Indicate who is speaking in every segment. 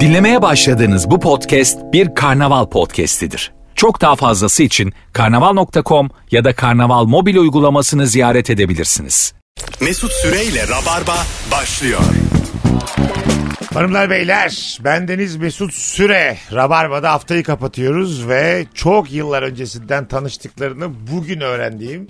Speaker 1: Dinlemeye başladığınız bu podcast bir karnaval podcastidir. Çok daha fazlası için karnaval.com ya da karnaval mobil uygulamasını ziyaret edebilirsiniz.
Speaker 2: Mesut Süreyle Rabarba başlıyor.
Speaker 3: Hanımlar beyler bendeniz Mesut Süre Rabarba'da haftayı kapatıyoruz ve çok yıllar öncesinden tanıştıklarını bugün öğrendiğim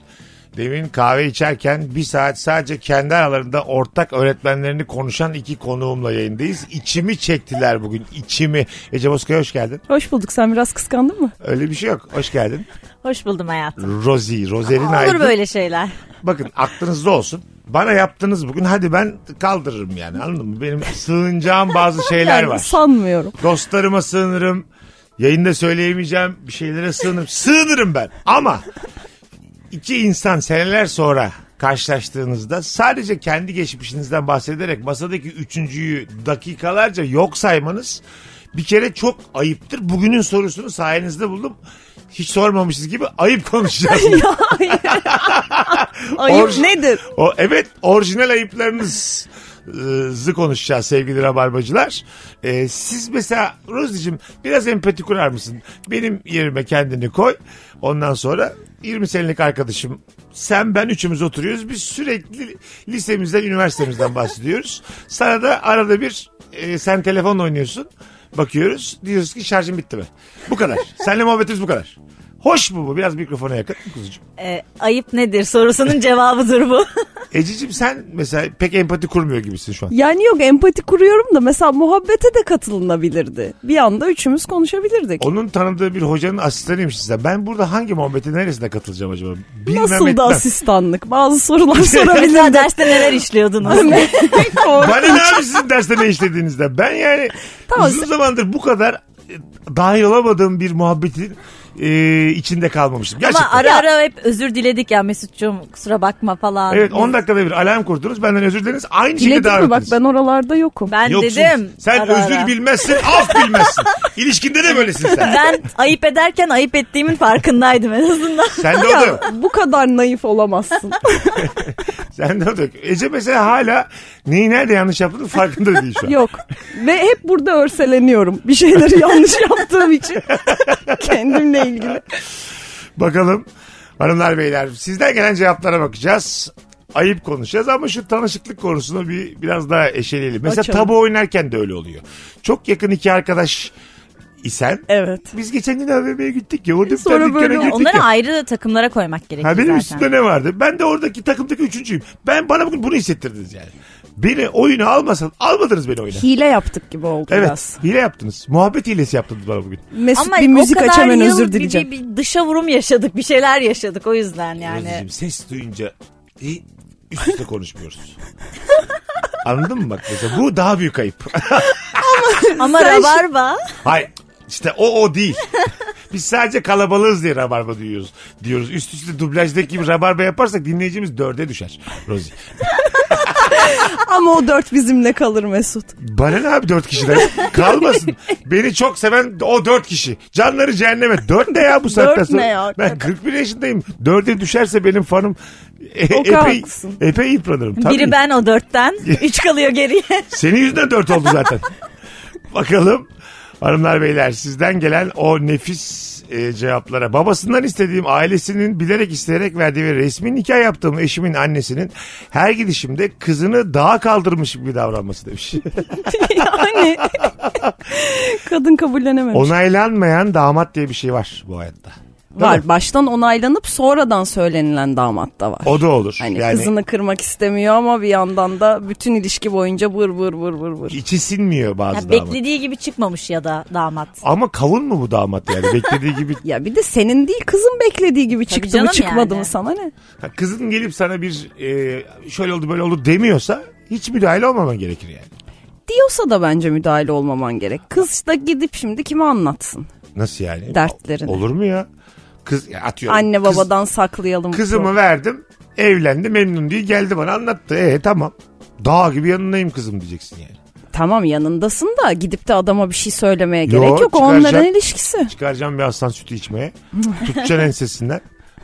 Speaker 3: demin kahve içerken bir saat sadece kendi aralarında ortak öğretmenlerini konuşan iki konuğumla yayındayız. İçimi çektiler bugün içimi. Ece Bozkaya hoş geldin.
Speaker 4: Hoş bulduk. Sen biraz kıskandın mı?
Speaker 3: Öyle bir şey yok hoş geldin.
Speaker 5: Hoş buldum hayatım.
Speaker 3: Rozi, Rozerin
Speaker 5: Olur
Speaker 3: Aydın.
Speaker 5: böyle şeyler.
Speaker 3: Bakın aklınızda olsun. Bana yaptınız bugün hadi ben kaldırırım yani anladın mı? Benim sığınacağım bazı şeyler
Speaker 4: Yani
Speaker 3: var.
Speaker 4: Sanmıyorum.
Speaker 3: Dostlarıma sığınırım. Yayında söyleyemeyeceğim bir şeylere sığınırım. Sığınırım ben. Ama iki insan seneler sonra karşılaştığınızda sadece kendi geçmişinizden bahsederek masadaki üçüncüyü dakikalarca yok saymanız bir kere çok ayıptır. Bugünün sorusunu sayenizde buldum. Hiç sormamışız gibi ayıp konuşacağız.
Speaker 4: Ayıp
Speaker 3: Orj-
Speaker 4: nedir?
Speaker 3: O evet orijinal ayıplarınız zı konuşacağız sevgili rabarbacılar. Ee, siz mesela Rozi'cim biraz empati kurar mısın? Benim yerime kendini koy. Ondan sonra 20 senelik arkadaşım sen ben üçümüz oturuyoruz. Biz sürekli lisemizden üniversitemizden bahsediyoruz. Sana da arada bir e, sen telefonla oynuyorsun. Bakıyoruz diyoruz ki şarjım bitti mi? Bu kadar. Seninle muhabbetimiz bu kadar. Hoş mu bu? Biraz mikrofona yakın kuzucuğum.
Speaker 5: Ee, ayıp nedir sorusunun cevabıdır bu.
Speaker 3: Ececiğim sen mesela pek empati kurmuyor gibisin şu an.
Speaker 4: Yani yok empati kuruyorum da mesela muhabbete de katılınabilirdi. Bir anda üçümüz konuşabilirdik.
Speaker 3: Onun tanıdığı bir hocanın asistanıymışsın sen. Ben burada hangi muhabbete neresine katılacağım acaba? Bilmem
Speaker 4: Nasıl da
Speaker 3: etmem.
Speaker 4: asistanlık? Bazı sorular
Speaker 5: Mesela
Speaker 4: sorabilirdi.
Speaker 5: derste neler işliyordunuz?
Speaker 3: Bana ne abi sizin derste ne işlediğinizde? Ben yani
Speaker 4: Tamam,
Speaker 3: uzun
Speaker 4: sen-
Speaker 3: zamandır bu kadar e, dahil olamadığım bir muhabbetin e, içinde kalmamıştım. Gerçekten.
Speaker 5: Ama ara ara hep özür diledik ya Mesut'cum kusura bakma falan.
Speaker 3: Evet 10 dakikada bir alarm kurdunuz. Benden özür dileriniz. Aynı şekilde
Speaker 4: Diledik mi? Bak
Speaker 3: davetiniz.
Speaker 4: ben oralarda yokum.
Speaker 5: Ben
Speaker 3: Yoksun.
Speaker 5: dedim.
Speaker 3: Sen
Speaker 5: ara
Speaker 3: özür
Speaker 5: ara.
Speaker 3: bilmezsin, af bilmezsin. İlişkinde de böylesin sen.
Speaker 5: Ben ayıp ederken ayıp ettiğimin farkındaydım en azından.
Speaker 3: Sen de o da yok.
Speaker 4: Bu kadar naif olamazsın.
Speaker 3: Sen de o da yok. Ece mesela hala neyi nerede yanlış yaptığının farkında değil şu an.
Speaker 4: yok. Ve hep burada örseleniyorum. Bir şeyleri yanlış yaptığım için. Kendimle ilgili.
Speaker 3: Bakalım hanımlar beyler sizden gelen cevaplara bakacağız. Ayıp konuşacağız ama şu tanışıklık konusunu bir biraz daha eşeleyelim. Mesela
Speaker 4: Açalım.
Speaker 3: tabu oynarken de öyle oluyor. Çok yakın iki arkadaş isen
Speaker 4: Evet.
Speaker 3: biz geçen gün AVM'ye gittik ya. Orada bir
Speaker 4: Sonra
Speaker 3: tane dükkana
Speaker 4: böyle
Speaker 3: girdik
Speaker 5: Onları
Speaker 3: ya.
Speaker 5: ayrı takımlara koymak gerekiyor
Speaker 3: Ha, benim
Speaker 5: zaten.
Speaker 3: üstümde ne vardı? Ben de oradaki takımdaki üçüncüyüm. Ben bana bugün bunu hissettirdiniz yani. Beni oyunu almasan almadınız beni oyuna.
Speaker 4: Hile yaptık gibi oldu
Speaker 3: Evet
Speaker 4: biraz.
Speaker 3: hile yaptınız. Muhabbet hilesi yaptınız bana bugün.
Speaker 4: Mesut
Speaker 5: Ama
Speaker 4: bir müzik
Speaker 5: o kadar
Speaker 4: aç hemen
Speaker 5: yıl
Speaker 4: özür
Speaker 5: bir-
Speaker 4: dileyeceğim.
Speaker 5: Bir, bir dışa vurum yaşadık bir şeyler yaşadık o yüzden yani.
Speaker 3: Özleciğim, ses duyunca e, üst üste konuşmuyoruz. Anladın mı bak mesela bu daha büyük ayıp.
Speaker 5: Ama
Speaker 4: Sen-
Speaker 5: rabarba
Speaker 3: Hayır işte o o değil. Biz sadece kalabalığız diye rabarba duyuyoruz. Diyoruz üst üste dublajdaki gibi rabarba yaparsak dinleyicimiz dörde düşer. Rozi.
Speaker 4: Ama o dört bizimle kalır Mesut.
Speaker 3: Bana ne abi dört kişiden? Kalmasın. Beni çok seven o dört kişi. Canları cehenneme. Dört ne ya bu saatten
Speaker 4: Dört
Speaker 3: sonra?
Speaker 4: ne ya?
Speaker 3: Ben 41 yaşındayım. Dörde düşerse benim fanım e-
Speaker 4: Çok
Speaker 3: epey,
Speaker 4: haklısın.
Speaker 3: epey yıpranırım. Tabii.
Speaker 5: biri ben o dörtten üç kalıyor geriye.
Speaker 3: Senin yüzünden dört oldu zaten. Bakalım hanımlar beyler sizden gelen o nefis e, cevaplara. Babasından istediğim ailesinin bilerek isteyerek verdiği ve resmi nikah yaptığım eşimin annesinin her gidişimde kızını dağa kaldırmış gibi davranması demiş.
Speaker 4: yani kadın kabullenememiş.
Speaker 3: Onaylanmayan damat diye bir şey var bu hayatta.
Speaker 4: var baştan onaylanıp sonradan söylenilen damat da var.
Speaker 3: O da olur.
Speaker 4: Hani
Speaker 3: yani
Speaker 4: kızını kırmak istemiyor ama bir yandan da bütün ilişki boyunca vır vır vır vır vır.
Speaker 3: içi sinmiyor bazı
Speaker 5: Ya
Speaker 3: damat.
Speaker 5: beklediği gibi çıkmamış ya da damat.
Speaker 3: Ama kavun mu bu damat yani? Beklediği gibi
Speaker 4: Ya bir de senin değil kızın beklediği gibi çıktı mı
Speaker 5: canım
Speaker 4: çıkmadı
Speaker 5: yani.
Speaker 4: mı sana ne?
Speaker 3: Ha, Kızın gelip sana bir e, şöyle oldu böyle oldu demiyorsa hiç müdahale olmaman gerekir yani.
Speaker 4: Diyorsa da bence müdahale olmaman gerek. Kız da gidip şimdi kime anlatsın?
Speaker 3: Nasıl yani?
Speaker 4: Dertlerini.
Speaker 3: Olur mu ya? Kız ya atıyorum.
Speaker 4: Anne
Speaker 3: kız-
Speaker 4: babadan saklayalım.
Speaker 3: kızımı verdim. Evlendi memnun diye geldi bana anlattı. E tamam. Dağ gibi yanındayım kızım diyeceksin yani.
Speaker 4: Tamam yanındasın da gidip de adama bir şey söylemeye
Speaker 3: Yo,
Speaker 4: gerek yok. O
Speaker 3: çıkaracak.
Speaker 4: Onların ilişkisi.
Speaker 3: Çıkaracağım bir aslan sütü içmeye. Tutacaksın ensesinden.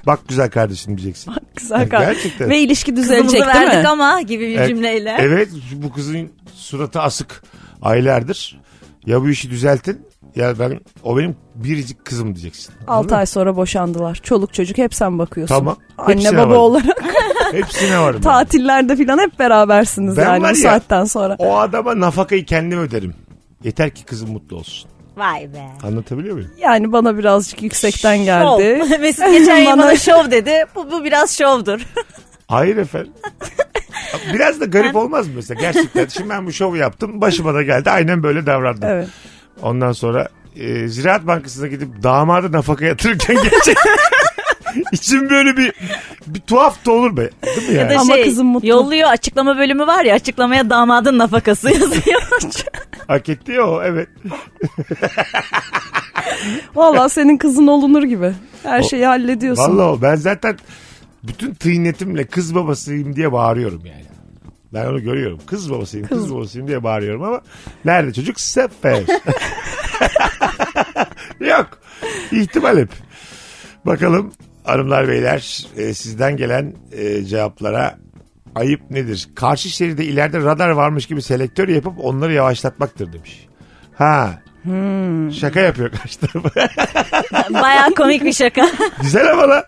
Speaker 3: Bak güzel kardeşim diyeceksin.
Speaker 4: Güzel kardeşim.
Speaker 3: Gerçekten.
Speaker 4: Ve ilişki düzelecek
Speaker 5: Kızımızı
Speaker 4: değil
Speaker 5: verdik
Speaker 4: mi?
Speaker 5: ama gibi bir
Speaker 3: Evet.
Speaker 5: cümleyle.
Speaker 3: Evet bu kızın suratı asık aylardır. Ya bu işi düzeltin ya ben o benim biricik kızım diyeceksin.
Speaker 4: 6
Speaker 3: Anladın mı?
Speaker 4: ay sonra boşandılar. Çoluk çocuk hep sen bakıyorsun.
Speaker 3: Tamam.
Speaker 4: Anne
Speaker 3: Hepsine
Speaker 4: baba
Speaker 3: varım.
Speaker 4: olarak
Speaker 3: Hepsine varım. ben.
Speaker 4: tatillerde filan hep berabersiniz
Speaker 3: Ben
Speaker 4: yani
Speaker 3: var
Speaker 4: bu
Speaker 3: ya-
Speaker 4: saatten sonra.
Speaker 3: O adama nafakayı kendim öderim. Yeter ki kızım mutlu olsun.
Speaker 5: Vay be.
Speaker 3: Anlatabiliyor muyum?
Speaker 4: Yani bana birazcık yüksekten geldi.
Speaker 5: Şov. Mesut geçen yayın
Speaker 4: Bana-
Speaker 5: bana şov dedi. Bu, bu biraz şovdur.
Speaker 3: Hayır efendim. Biraz da garip olmaz mı mesela? Gerçekten şimdi ben bu şovu yaptım. Başıma da geldi. Aynen böyle davrandım.
Speaker 4: Evet.
Speaker 3: Ondan sonra e, Ziraat Bankası'na gidip damada nafaka yatırırken gerçek İçim böyle bir, bir tuhaf da olur be. Değil mi yani?
Speaker 5: Ya da
Speaker 4: Ama kızım mutlu.
Speaker 5: şey, Yolluyor açıklama bölümü var ya açıklamaya damadın nafakası yazıyor.
Speaker 3: Hak etti ya o evet.
Speaker 4: Valla senin kızın olunur gibi. Her şeyi hallediyorsun.
Speaker 3: Vallahi o. ben zaten bütün tıynetimle kız babasıyım diye bağırıyorum yani. Ben onu görüyorum. Kız babasıyım, kız, babasıyım diye bağırıyorum ama nerede çocuk? Sefer. Yok. İhtimal hep. Bakalım hanımlar beyler e, sizden gelen e, cevaplara ayıp nedir? Karşı şeride ileride radar varmış gibi selektör yapıp onları yavaşlatmaktır demiş. Ha. Şaka yapıyor karşı tarafa.
Speaker 5: Baya komik bir şaka.
Speaker 3: Güzel ama lan.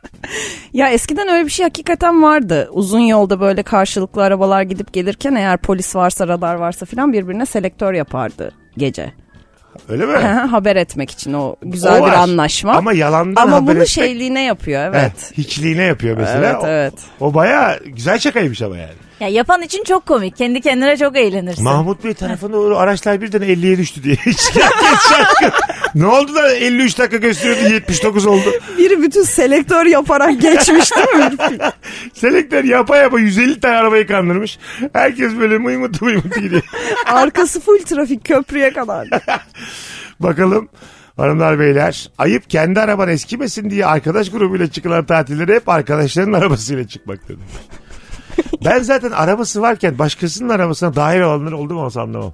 Speaker 4: Ya eskiden öyle bir şey hakikaten vardı. Uzun yolda böyle karşılıklı arabalar gidip gelirken eğer polis varsa radar varsa filan birbirine selektör yapardı gece.
Speaker 3: Öyle mi?
Speaker 4: haber etmek için o güzel
Speaker 3: O
Speaker 4: bir
Speaker 3: var.
Speaker 4: anlaşma.
Speaker 3: Ama yalandan
Speaker 4: Ama
Speaker 3: haber
Speaker 4: bunu
Speaker 3: etmek-
Speaker 4: şeyliğine yapıyor
Speaker 3: Heh,
Speaker 4: evet.
Speaker 3: hiçliğine yapıyor mesela.
Speaker 4: Evet,
Speaker 3: O-
Speaker 4: evet.
Speaker 3: O, baya güzel şakaymış ama yani.
Speaker 5: Ya yapan için çok komik. Kendi kendine çok eğlenirsin.
Speaker 3: Mahmut Bey tarafına doğru araçlar birden 50'ye düştü diye. Hiç herkes şaşkın. ne oldu da 53 dakika gösteriyordu 79 oldu.
Speaker 4: Biri bütün selektör yaparak geçmiş değil mi?
Speaker 3: Selektör yapa yapa 150 tane arabayı kandırmış. Herkes böyle mıymıtı mıymıtı gidiyor.
Speaker 4: Arkası full trafik köprüye kadar.
Speaker 3: Bakalım hanımlar beyler. Ayıp kendi araban eskimesin diye arkadaş grubuyla çıkılan tatilleri hep arkadaşların arabasıyla çıkmak dedim. ben zaten arabası varken başkasının arabasına dahil olanları oldu mu olsa anlamam.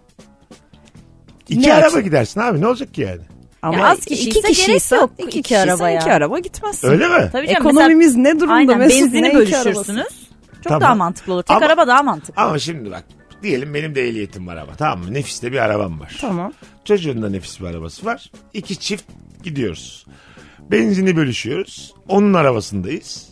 Speaker 3: İki
Speaker 4: Ne
Speaker 3: araba
Speaker 4: açı-
Speaker 3: gidersin abi ne olacak ki yani?
Speaker 4: Ama
Speaker 5: az kişiyse gerek yok
Speaker 4: iki,
Speaker 5: iki
Speaker 4: kişiysen
Speaker 5: arabaya.
Speaker 4: iki araba gitmezsin.
Speaker 3: Öyle mi?
Speaker 5: Tabii canım, mesela-
Speaker 4: Ekonomimiz ne durumda
Speaker 5: Aynen
Speaker 4: Mesut? Ne
Speaker 5: benzini
Speaker 4: iki
Speaker 5: bölüşürsünüz.
Speaker 4: arabası?
Speaker 5: Çok
Speaker 3: Tamam.
Speaker 5: daha mantıklı olur. Tek
Speaker 3: Ama-
Speaker 5: araba daha mantıklı.
Speaker 3: Ama şimdi bak diyelim benim de ehliyetim var ama tamam mı? Nefis de bir arabam var.
Speaker 4: Tamam.
Speaker 3: Çocuğun da nefis bir arabası var. İki çift gidiyoruz. Benzini bölüşüyoruz. Onun arabasındayız.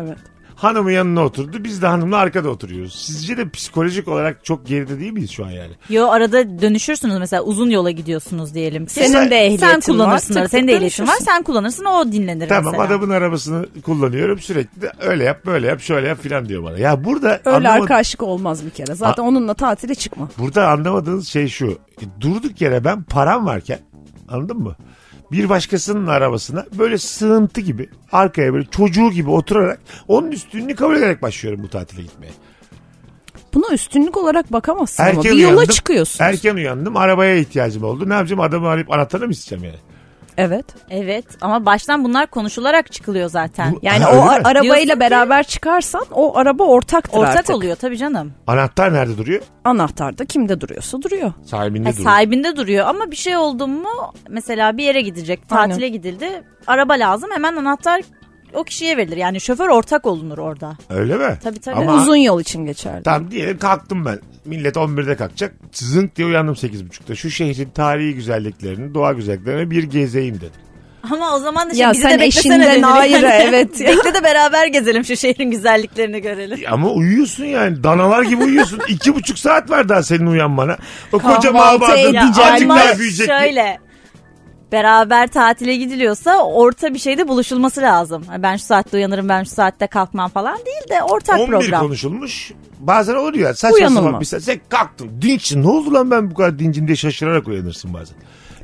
Speaker 4: Evet.
Speaker 3: Hanımı yanına oturdu. Biz de hanımla arkada oturuyoruz. Sizce de psikolojik olarak çok geride değil miyiz şu an yani?
Speaker 5: Yo arada dönüşürsünüz mesela uzun yola gidiyorsunuz diyelim. ki.
Speaker 4: Senin
Speaker 5: Sen-
Speaker 4: de ehliyetin
Speaker 5: Sen kullanırsın.
Speaker 4: var,
Speaker 5: arada.
Speaker 4: tık
Speaker 5: Senin de
Speaker 4: tık
Speaker 5: ehliyetin var.
Speaker 4: dönüşürsün.
Speaker 5: Sen kullanırsın o dinlenir
Speaker 3: Tamam
Speaker 5: mesela.
Speaker 3: adamın arabasını kullanıyorum sürekli de öyle yap böyle yap şöyle yap filan diyor bana. Ya burada
Speaker 4: Öyle
Speaker 3: anlama-
Speaker 4: arkadaşlık olmaz bir kere. Zaten onunla tatile çıkma.
Speaker 3: burada anlamadığınız şey şu. E, Durduk yere ben param varken anladın mı? Bir başkasının arabasına böyle sığıntı gibi arkaya böyle çocuğu gibi oturarak onun üstünlüğünü kabul ederek başlıyorum bu tatile gitmeye.
Speaker 4: Buna üstünlük olarak bakamazsın ama.
Speaker 3: Erken
Speaker 4: Bir yola
Speaker 3: uyandım,
Speaker 4: çıkıyorsun.
Speaker 3: Erken uyandım arabaya ihtiyacım oldu. Ne yapacağım adamı arayıp anahtarını mı isteyeceğim yani?
Speaker 4: Evet.
Speaker 5: Evet ama baştan bunlar konuşularak çıkılıyor zaten.
Speaker 3: Bu-
Speaker 4: Yani
Speaker 3: Ha,
Speaker 4: o
Speaker 3: öyle mi?
Speaker 4: ar- arabayla
Speaker 5: Diyorsun ki-
Speaker 4: beraber çıkarsan o araba ortaktır
Speaker 5: Ortak
Speaker 4: artık.
Speaker 5: oluyor tabii canım.
Speaker 3: Anahtar nerede duruyor?
Speaker 4: Anahtarda kimde duruyorsa duruyor.
Speaker 3: Sahibinde
Speaker 5: Ha,
Speaker 3: duruyor.
Speaker 5: sahibinde duruyor ama bir şey oldu mu mesela bir yere gidecek tatile
Speaker 4: Aynen.
Speaker 5: gidildi araba lazım hemen anahtar o kişiye verilir yani şoför ortak olunur orada.
Speaker 3: Öyle mi?
Speaker 5: Tabii, tabii.
Speaker 3: Ama
Speaker 4: Uzun yol için geçerli.
Speaker 3: Tamam diyelim kalktım ben. Millet 11'de kalkacak. Zınk diye uyandım 8.30'da. Şu şehrin tarihi güzelliklerini, doğa güzelliklerini bir gezeyim dedim.
Speaker 5: Ama o zaman da şimdi
Speaker 4: Ya
Speaker 5: bizi
Speaker 4: sen
Speaker 5: de beklesene
Speaker 4: eşinden
Speaker 5: denir.
Speaker 4: ayrı, evet.
Speaker 5: Bekle de beraber gezelim şu şehrin güzelliklerini görelim.
Speaker 3: Ama uyuyorsun yani. Danalar gibi uyuyorsun. İki buçuk saat var daha senin uyanmana. O koca
Speaker 4: Kahvaltı
Speaker 3: mağabadın
Speaker 4: edeceğim.
Speaker 3: azıcık
Speaker 5: ama
Speaker 3: daha büyüyecek.
Speaker 5: şöyle beraber tatile gidiliyorsa orta bir şeyde buluşulması lazım. Hani Ben şu saatte uyanırım ben şu saatte kalkmam falan değil de ortak
Speaker 3: 11
Speaker 5: program.
Speaker 3: konuşulmuş. Bazen olur ya saçma
Speaker 4: Uyanılma.
Speaker 3: sapan bir saat. Sen kalktın. Dinçsin. Ne oldu lan ben bu kadar dincim diye şaşırarak uyanırsın bazen.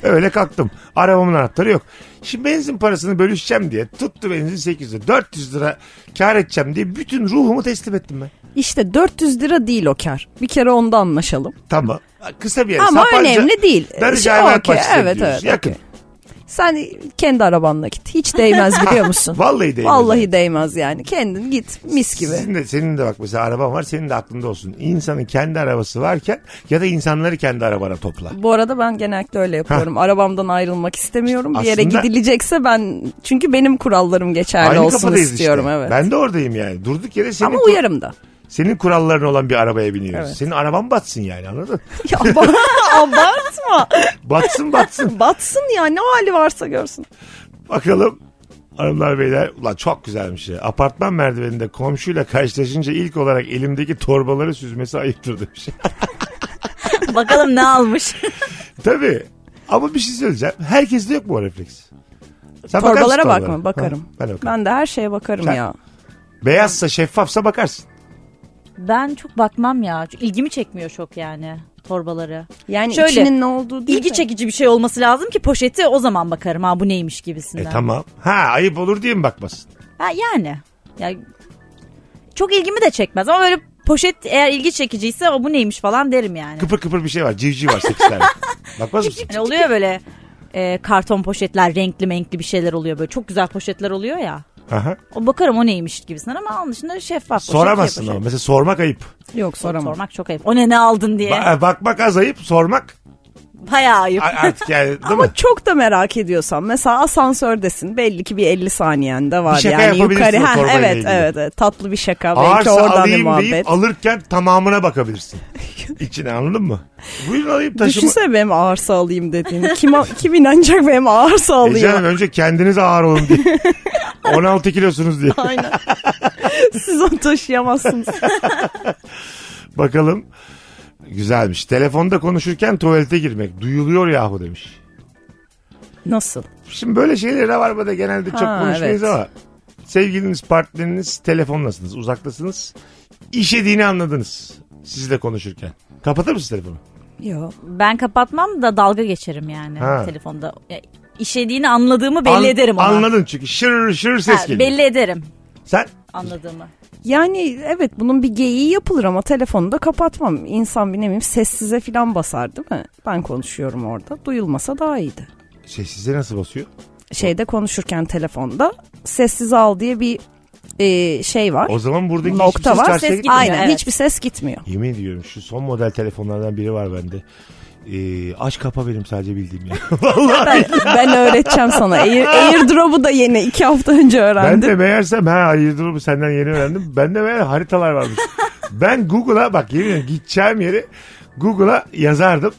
Speaker 3: Öyle kalktım. Arabamın anahtarı yok. Şimdi benzin parasını bölüşeceğim diye tuttu benzin 800 lira. 400 lira kar edeceğim diye bütün ruhumu teslim ettim ben.
Speaker 4: İşte 400 lira değil o kar. Bir kere onda anlaşalım.
Speaker 3: Tamam. Kısa bir yer.
Speaker 4: Ama
Speaker 3: Sapanca-
Speaker 4: önemli değil.
Speaker 3: Darıca
Speaker 4: Şey,
Speaker 3: hayvan
Speaker 4: okey,
Speaker 3: bahçesi
Speaker 4: evet,
Speaker 3: diyoruz.
Speaker 4: evet,
Speaker 3: Yakın.
Speaker 4: okey. Sen kendi arabanla git. Hiç değmez biliyor musun?
Speaker 3: Vallahi değmez.
Speaker 4: Vallahi değmez yani. Kendin git mis gibi.
Speaker 3: Sizin de, senin de bak mesela araban var senin de aklında olsun. İnsanın kendi arabası varken ya da insanları kendi arabana topla.
Speaker 4: Bu arada ben genellikle öyle yapıyorum. Arabamdan ayrılmak istemiyorum. Bir yere
Speaker 3: Aslında-
Speaker 4: gidilecekse ben çünkü benim kurallarım geçerli
Speaker 3: Aynı
Speaker 4: olsun
Speaker 3: kafadayız
Speaker 4: istiyorum
Speaker 3: işte.
Speaker 4: evet.
Speaker 3: Ben de oradayım yani. Durduk yere senin,
Speaker 4: Ama
Speaker 3: ku-
Speaker 4: uyarım da.
Speaker 3: senin kuralların olan bir arabaya biniyoruz.
Speaker 4: Evet.
Speaker 3: Senin araban batsın yani anladın?
Speaker 4: Ya ba- abartma.
Speaker 3: Batsın batsın.
Speaker 4: Batsın ya ne hali varsa görsün.
Speaker 3: Bakalım hanımlar beyler. Ulan çok güzelmiş ya. Apartman merdiveninde komşuyla karşılaşınca ilk olarak elimdeki torbaları süzmesi ayıptır demiş.
Speaker 5: Bakalım ne almış.
Speaker 3: Tabii. Ama bir şey söyleyeceğim. Herkeste yok bu refleks. Sen bakar mısın
Speaker 4: Torbalara
Speaker 3: torbalara?
Speaker 4: bakma bakarım.
Speaker 3: Ha, ben de bakarım.
Speaker 4: Ben de her şeye bakarım
Speaker 3: Sen-
Speaker 4: ya.
Speaker 3: Beyazsa şeffafsa bakarsın.
Speaker 5: Ben çok bakmam ya. Çünkü İlgimi çekmiyor çok yani torbaları.
Speaker 4: Yani
Speaker 5: Şöyle,
Speaker 4: içinin ne olduğu değil
Speaker 5: İlgi
Speaker 4: de.
Speaker 5: çekici bir şey olması lazım ki poşeti o zaman bakarım ha bu neymiş gibisinden.
Speaker 3: E tamam. Ha ayıp olur diye mi bakmasın?
Speaker 5: Ha, yani. Ya, çok ilgimi de çekmez ama böyle poşet eğer ilgi çekiciyse o bu neymiş falan derim yani.
Speaker 3: Kıpır kıpır bir şey var. Civciv var sekiz tane. Bakmaz mısın?
Speaker 5: Hani oluyor ya böyle e, karton poşetler renkli menkli bir şeyler oluyor böyle çok güzel poşetler oluyor ya.
Speaker 3: Aha.
Speaker 5: O bakarım o neymiş gibisinden ama onun dışında şeffaf poşet.
Speaker 3: Soramazsın
Speaker 5: şey
Speaker 3: ama.
Speaker 5: poşet.
Speaker 3: Mesela sormak ayıp.
Speaker 4: Yok soramam.
Speaker 5: Sormak çok ayıp. O ne ne aldın diye.
Speaker 3: Ba- e, bakmak az ayıp. Sormak
Speaker 5: Bayağı ayıp.
Speaker 3: a- artık yani değil mi?
Speaker 4: Ama çok da merak ediyorsan mesela asansördesin belli ki bir 50 saniyen de var
Speaker 3: Bir şaka
Speaker 4: yani
Speaker 3: yapabilirsin
Speaker 4: yukarı
Speaker 3: o
Speaker 4: ha,
Speaker 3: torbayla
Speaker 4: evet,
Speaker 3: ilgili.
Speaker 4: evet evet tatlı bir şaka belki
Speaker 3: Ağırsa
Speaker 4: oradan bir
Speaker 3: alayım
Speaker 4: muhabbet.
Speaker 3: deyip alırken tamamına bakabilirsin. İçine anladın mı? Buyurun alayım taşıma.
Speaker 4: Düşünsene benim ağırsa alayım dediğini. Kim, kim inanacak benim ağırsa
Speaker 3: E canım,
Speaker 4: alayım.
Speaker 3: önce kendiniz ağır olun diye. 16 kilosunuz diye.
Speaker 4: Aynen. Siz onu taşıyamazsınız.
Speaker 3: Bakalım. Güzelmiş. Telefonda konuşurken tuvalete girmek. Duyuluyor yahu demiş.
Speaker 4: Nasıl?
Speaker 3: Şimdi böyle şeyleri Rabarba'da genelde çok
Speaker 4: Ha,
Speaker 3: konuşmayız
Speaker 4: evet.
Speaker 3: ama sevgiliniz, partneriniz telefonlasınız, uzaktasınız. İşediğini anladınız sizle konuşurken. Kapatır mısın telefonu?
Speaker 4: Yok.
Speaker 5: Ben kapatmam da dalga geçerim yani
Speaker 3: Ha.
Speaker 5: telefonda. Ya, İşediğini anladığımı belli
Speaker 3: An-
Speaker 5: ederim ona.
Speaker 3: Anladın çünkü şırır şırır ses
Speaker 5: Ha,
Speaker 3: geliyor.
Speaker 5: belli ederim
Speaker 3: Sen
Speaker 5: anladığımı.
Speaker 4: Yani evet bunun bir geyiği yapılır ama telefonu da kapatmam. İnsan bir ne bileyim sessize falan basar değil mi? Ben konuşuyorum orada. Duyulmasa daha iyiydi.
Speaker 3: sessize nasıl basıyor?
Speaker 4: Şeyde konuşurken telefonda sessize al diye bir e, şey var.
Speaker 3: O zaman buradaki hiçbir
Speaker 4: nokta
Speaker 3: ses
Speaker 4: var.
Speaker 3: karşıya
Speaker 5: ses
Speaker 3: gitmiyor.
Speaker 5: gitmiyor.
Speaker 4: Aynen
Speaker 5: Evet.
Speaker 4: hiçbir ses gitmiyor.
Speaker 3: Yemin ediyorum şu son model telefonlardan biri var bende. Ee, aç kapa benim sadece bildiğim ya. Vallahi
Speaker 4: ben öğreteceğim sana. Air, airdrop'u da yeni iki hafta önce
Speaker 3: ben
Speaker 4: öğrendim.
Speaker 3: de meğersem ha hayırdır bu senden yeni öğrendim. Ben de meğer haritalar varmış. ben Google'a bak yemin ediyorum gideceğim yeri Google'a yazardım.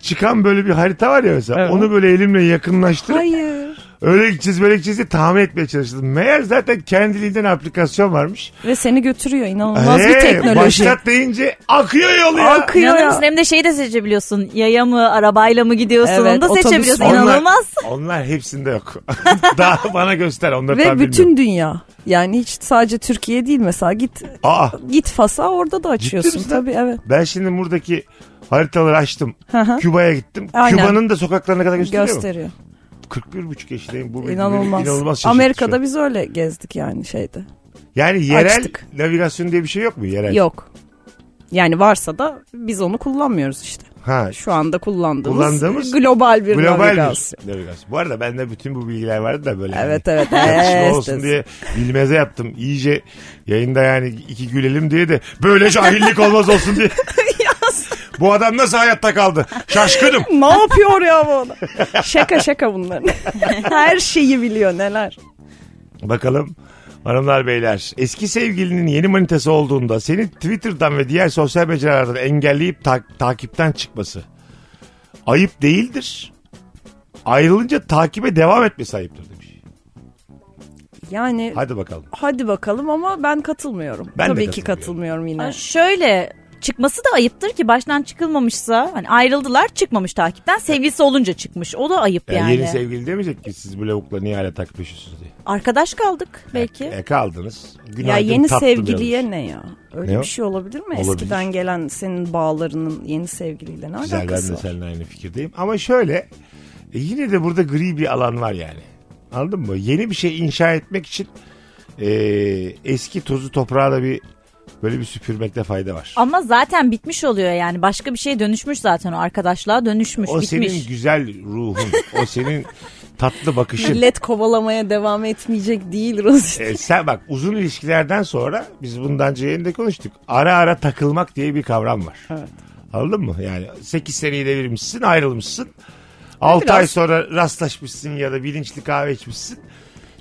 Speaker 3: Çıkan böyle bir harita var ya mesela onu böyle elimle yakınlaştırıp
Speaker 4: Hayır.
Speaker 3: öyle gideceğiz böyle gideceğiz diye tahmin etmeye çalıştım. Meğer zaten kendiliğinden aplikasyon varmış.
Speaker 4: Ve seni götürüyor inanılmaz
Speaker 3: Hey,
Speaker 4: bir teknoloji.
Speaker 3: Ee, Başlat deyince akıyor yol ya.
Speaker 4: Akıyor
Speaker 5: İnanır
Speaker 4: ya.
Speaker 5: mısın? Hem de şeyi de seçebiliyorsun. Yaya mı, arabayla mı gidiyorsun
Speaker 4: Evet,
Speaker 5: onu da
Speaker 4: otobüs
Speaker 5: seçebiliyorsun.
Speaker 4: var.
Speaker 5: İnanılmaz.
Speaker 3: Onlar, onlar hepsinde yok. Daha bana göster onları
Speaker 4: Ve
Speaker 3: tam bilmiyorum.
Speaker 4: bütün dünya. Yani hiç sadece Türkiye değil mesela git
Speaker 3: Aa,
Speaker 4: git Fas'a orada da açıyorsun
Speaker 3: misin lan?
Speaker 4: tabii evet.
Speaker 3: ben şimdi buradaki haritaları açtım.
Speaker 4: Hı hı.
Speaker 3: Küba'ya gittim.
Speaker 4: Aynen.
Speaker 3: Küba'nın da sokaklarına kadar gösteriyor mu?
Speaker 4: Gösteriyor.
Speaker 3: 41,5 yaşındayım. Bu beni
Speaker 4: İnanılmaz.
Speaker 3: inanılmaz şey. şaşırtıyor.
Speaker 4: Amerika'da biz öyle gezdik yani şeyde.
Speaker 3: Yani yerel
Speaker 4: Açtık.
Speaker 3: navigasyon diye bir şey yok mu? Yerel.
Speaker 4: Yok. Yani varsa da biz onu kullanmıyoruz işte.
Speaker 3: Ha.
Speaker 4: Şu anda kullandığımız,
Speaker 3: Kullandığımız
Speaker 4: global bir
Speaker 3: Global
Speaker 4: navigasyon.
Speaker 3: bir navigasyon. Bu arada bende bütün bu bilgiler vardı da böyle.
Speaker 4: Evet evet.
Speaker 3: yani
Speaker 4: Evet,
Speaker 3: Yakışma olsun diye bilmeze yaptım. İyice yayında yani iki gülelim diye de böyle cahillik olmaz olsun diye. bu adam nasıl hayatta kaldı? Şaşkınım.
Speaker 4: ne yapıyor ya bu adam? Şaka şaka bunların. Her şeyi biliyor neler.
Speaker 3: Bakalım hanımlar beyler eski sevgilinin yeni manitası olduğunda seni Twitter'dan ve diğer sosyal mecralardan engelleyip ta- takipten çıkması ayıp değildir. Ayrılınca takibe devam etmesi ayıptır demiş.
Speaker 4: Yani hadi,
Speaker 3: Hadi bakalım.
Speaker 4: bakalım ama ben katılmıyorum.
Speaker 3: Ben de
Speaker 4: Tabii ki
Speaker 3: katılmıyorum.
Speaker 4: katılmıyorum yine.
Speaker 5: Ha, Şöyle çıkması da ayıptır ki baştan çıkılmamışsa hani ayrıldılar çıkmamış takipten sevgilisi olunca çıkmış o da ayıp
Speaker 3: Yani,
Speaker 5: yani.
Speaker 3: yeni sevgili demeyecek ki siz bu lavukla niye hala takip ediyorsunuz diye.
Speaker 5: Arkadaş kaldık belki.
Speaker 3: E kaldınız.
Speaker 4: Ya
Speaker 3: Günaydın
Speaker 4: yeni
Speaker 3: tatlı
Speaker 4: sevgiliye
Speaker 3: biraz.
Speaker 4: ne ya?
Speaker 3: Ne
Speaker 4: Öyle
Speaker 3: o?
Speaker 4: bir şey olabilir mi?
Speaker 3: Olabilir.
Speaker 4: Eskiden gelen senin bağlarının yeni sevgiliyle ne
Speaker 3: Güzel ben
Speaker 4: alakası
Speaker 3: de
Speaker 4: var?
Speaker 3: seninle aynı fikirdeyim. Ama şöyle e, yine de burada gri bir alan var yani. Anladın mı? Yeni bir şey inşa etmek için e, eski tozu toprağa da bir böyle bir süpürmekte fayda var.
Speaker 5: Ama zaten bitmiş oluyor yani. Başka bir şeye dönüşmüş zaten o arkadaşlığa dönüşmüş,
Speaker 3: o
Speaker 5: bitmiş.
Speaker 3: senin güzel ruhun. o senin tatlı bakışın.
Speaker 4: Millet kovalamaya devam etmeyecek değil Rozi.
Speaker 3: E, sen bak uzun ilişkilerden sonra biz bundan önce yayında konuştuk. Ara ara takılmak diye bir kavram var. Anladın mı? Yani 8 seneyi devirmişsin ayrılmışsın. 6
Speaker 4: Biraz-
Speaker 3: ay sonra rastlaşmışsın ya da bilinçli kahve içmişsin.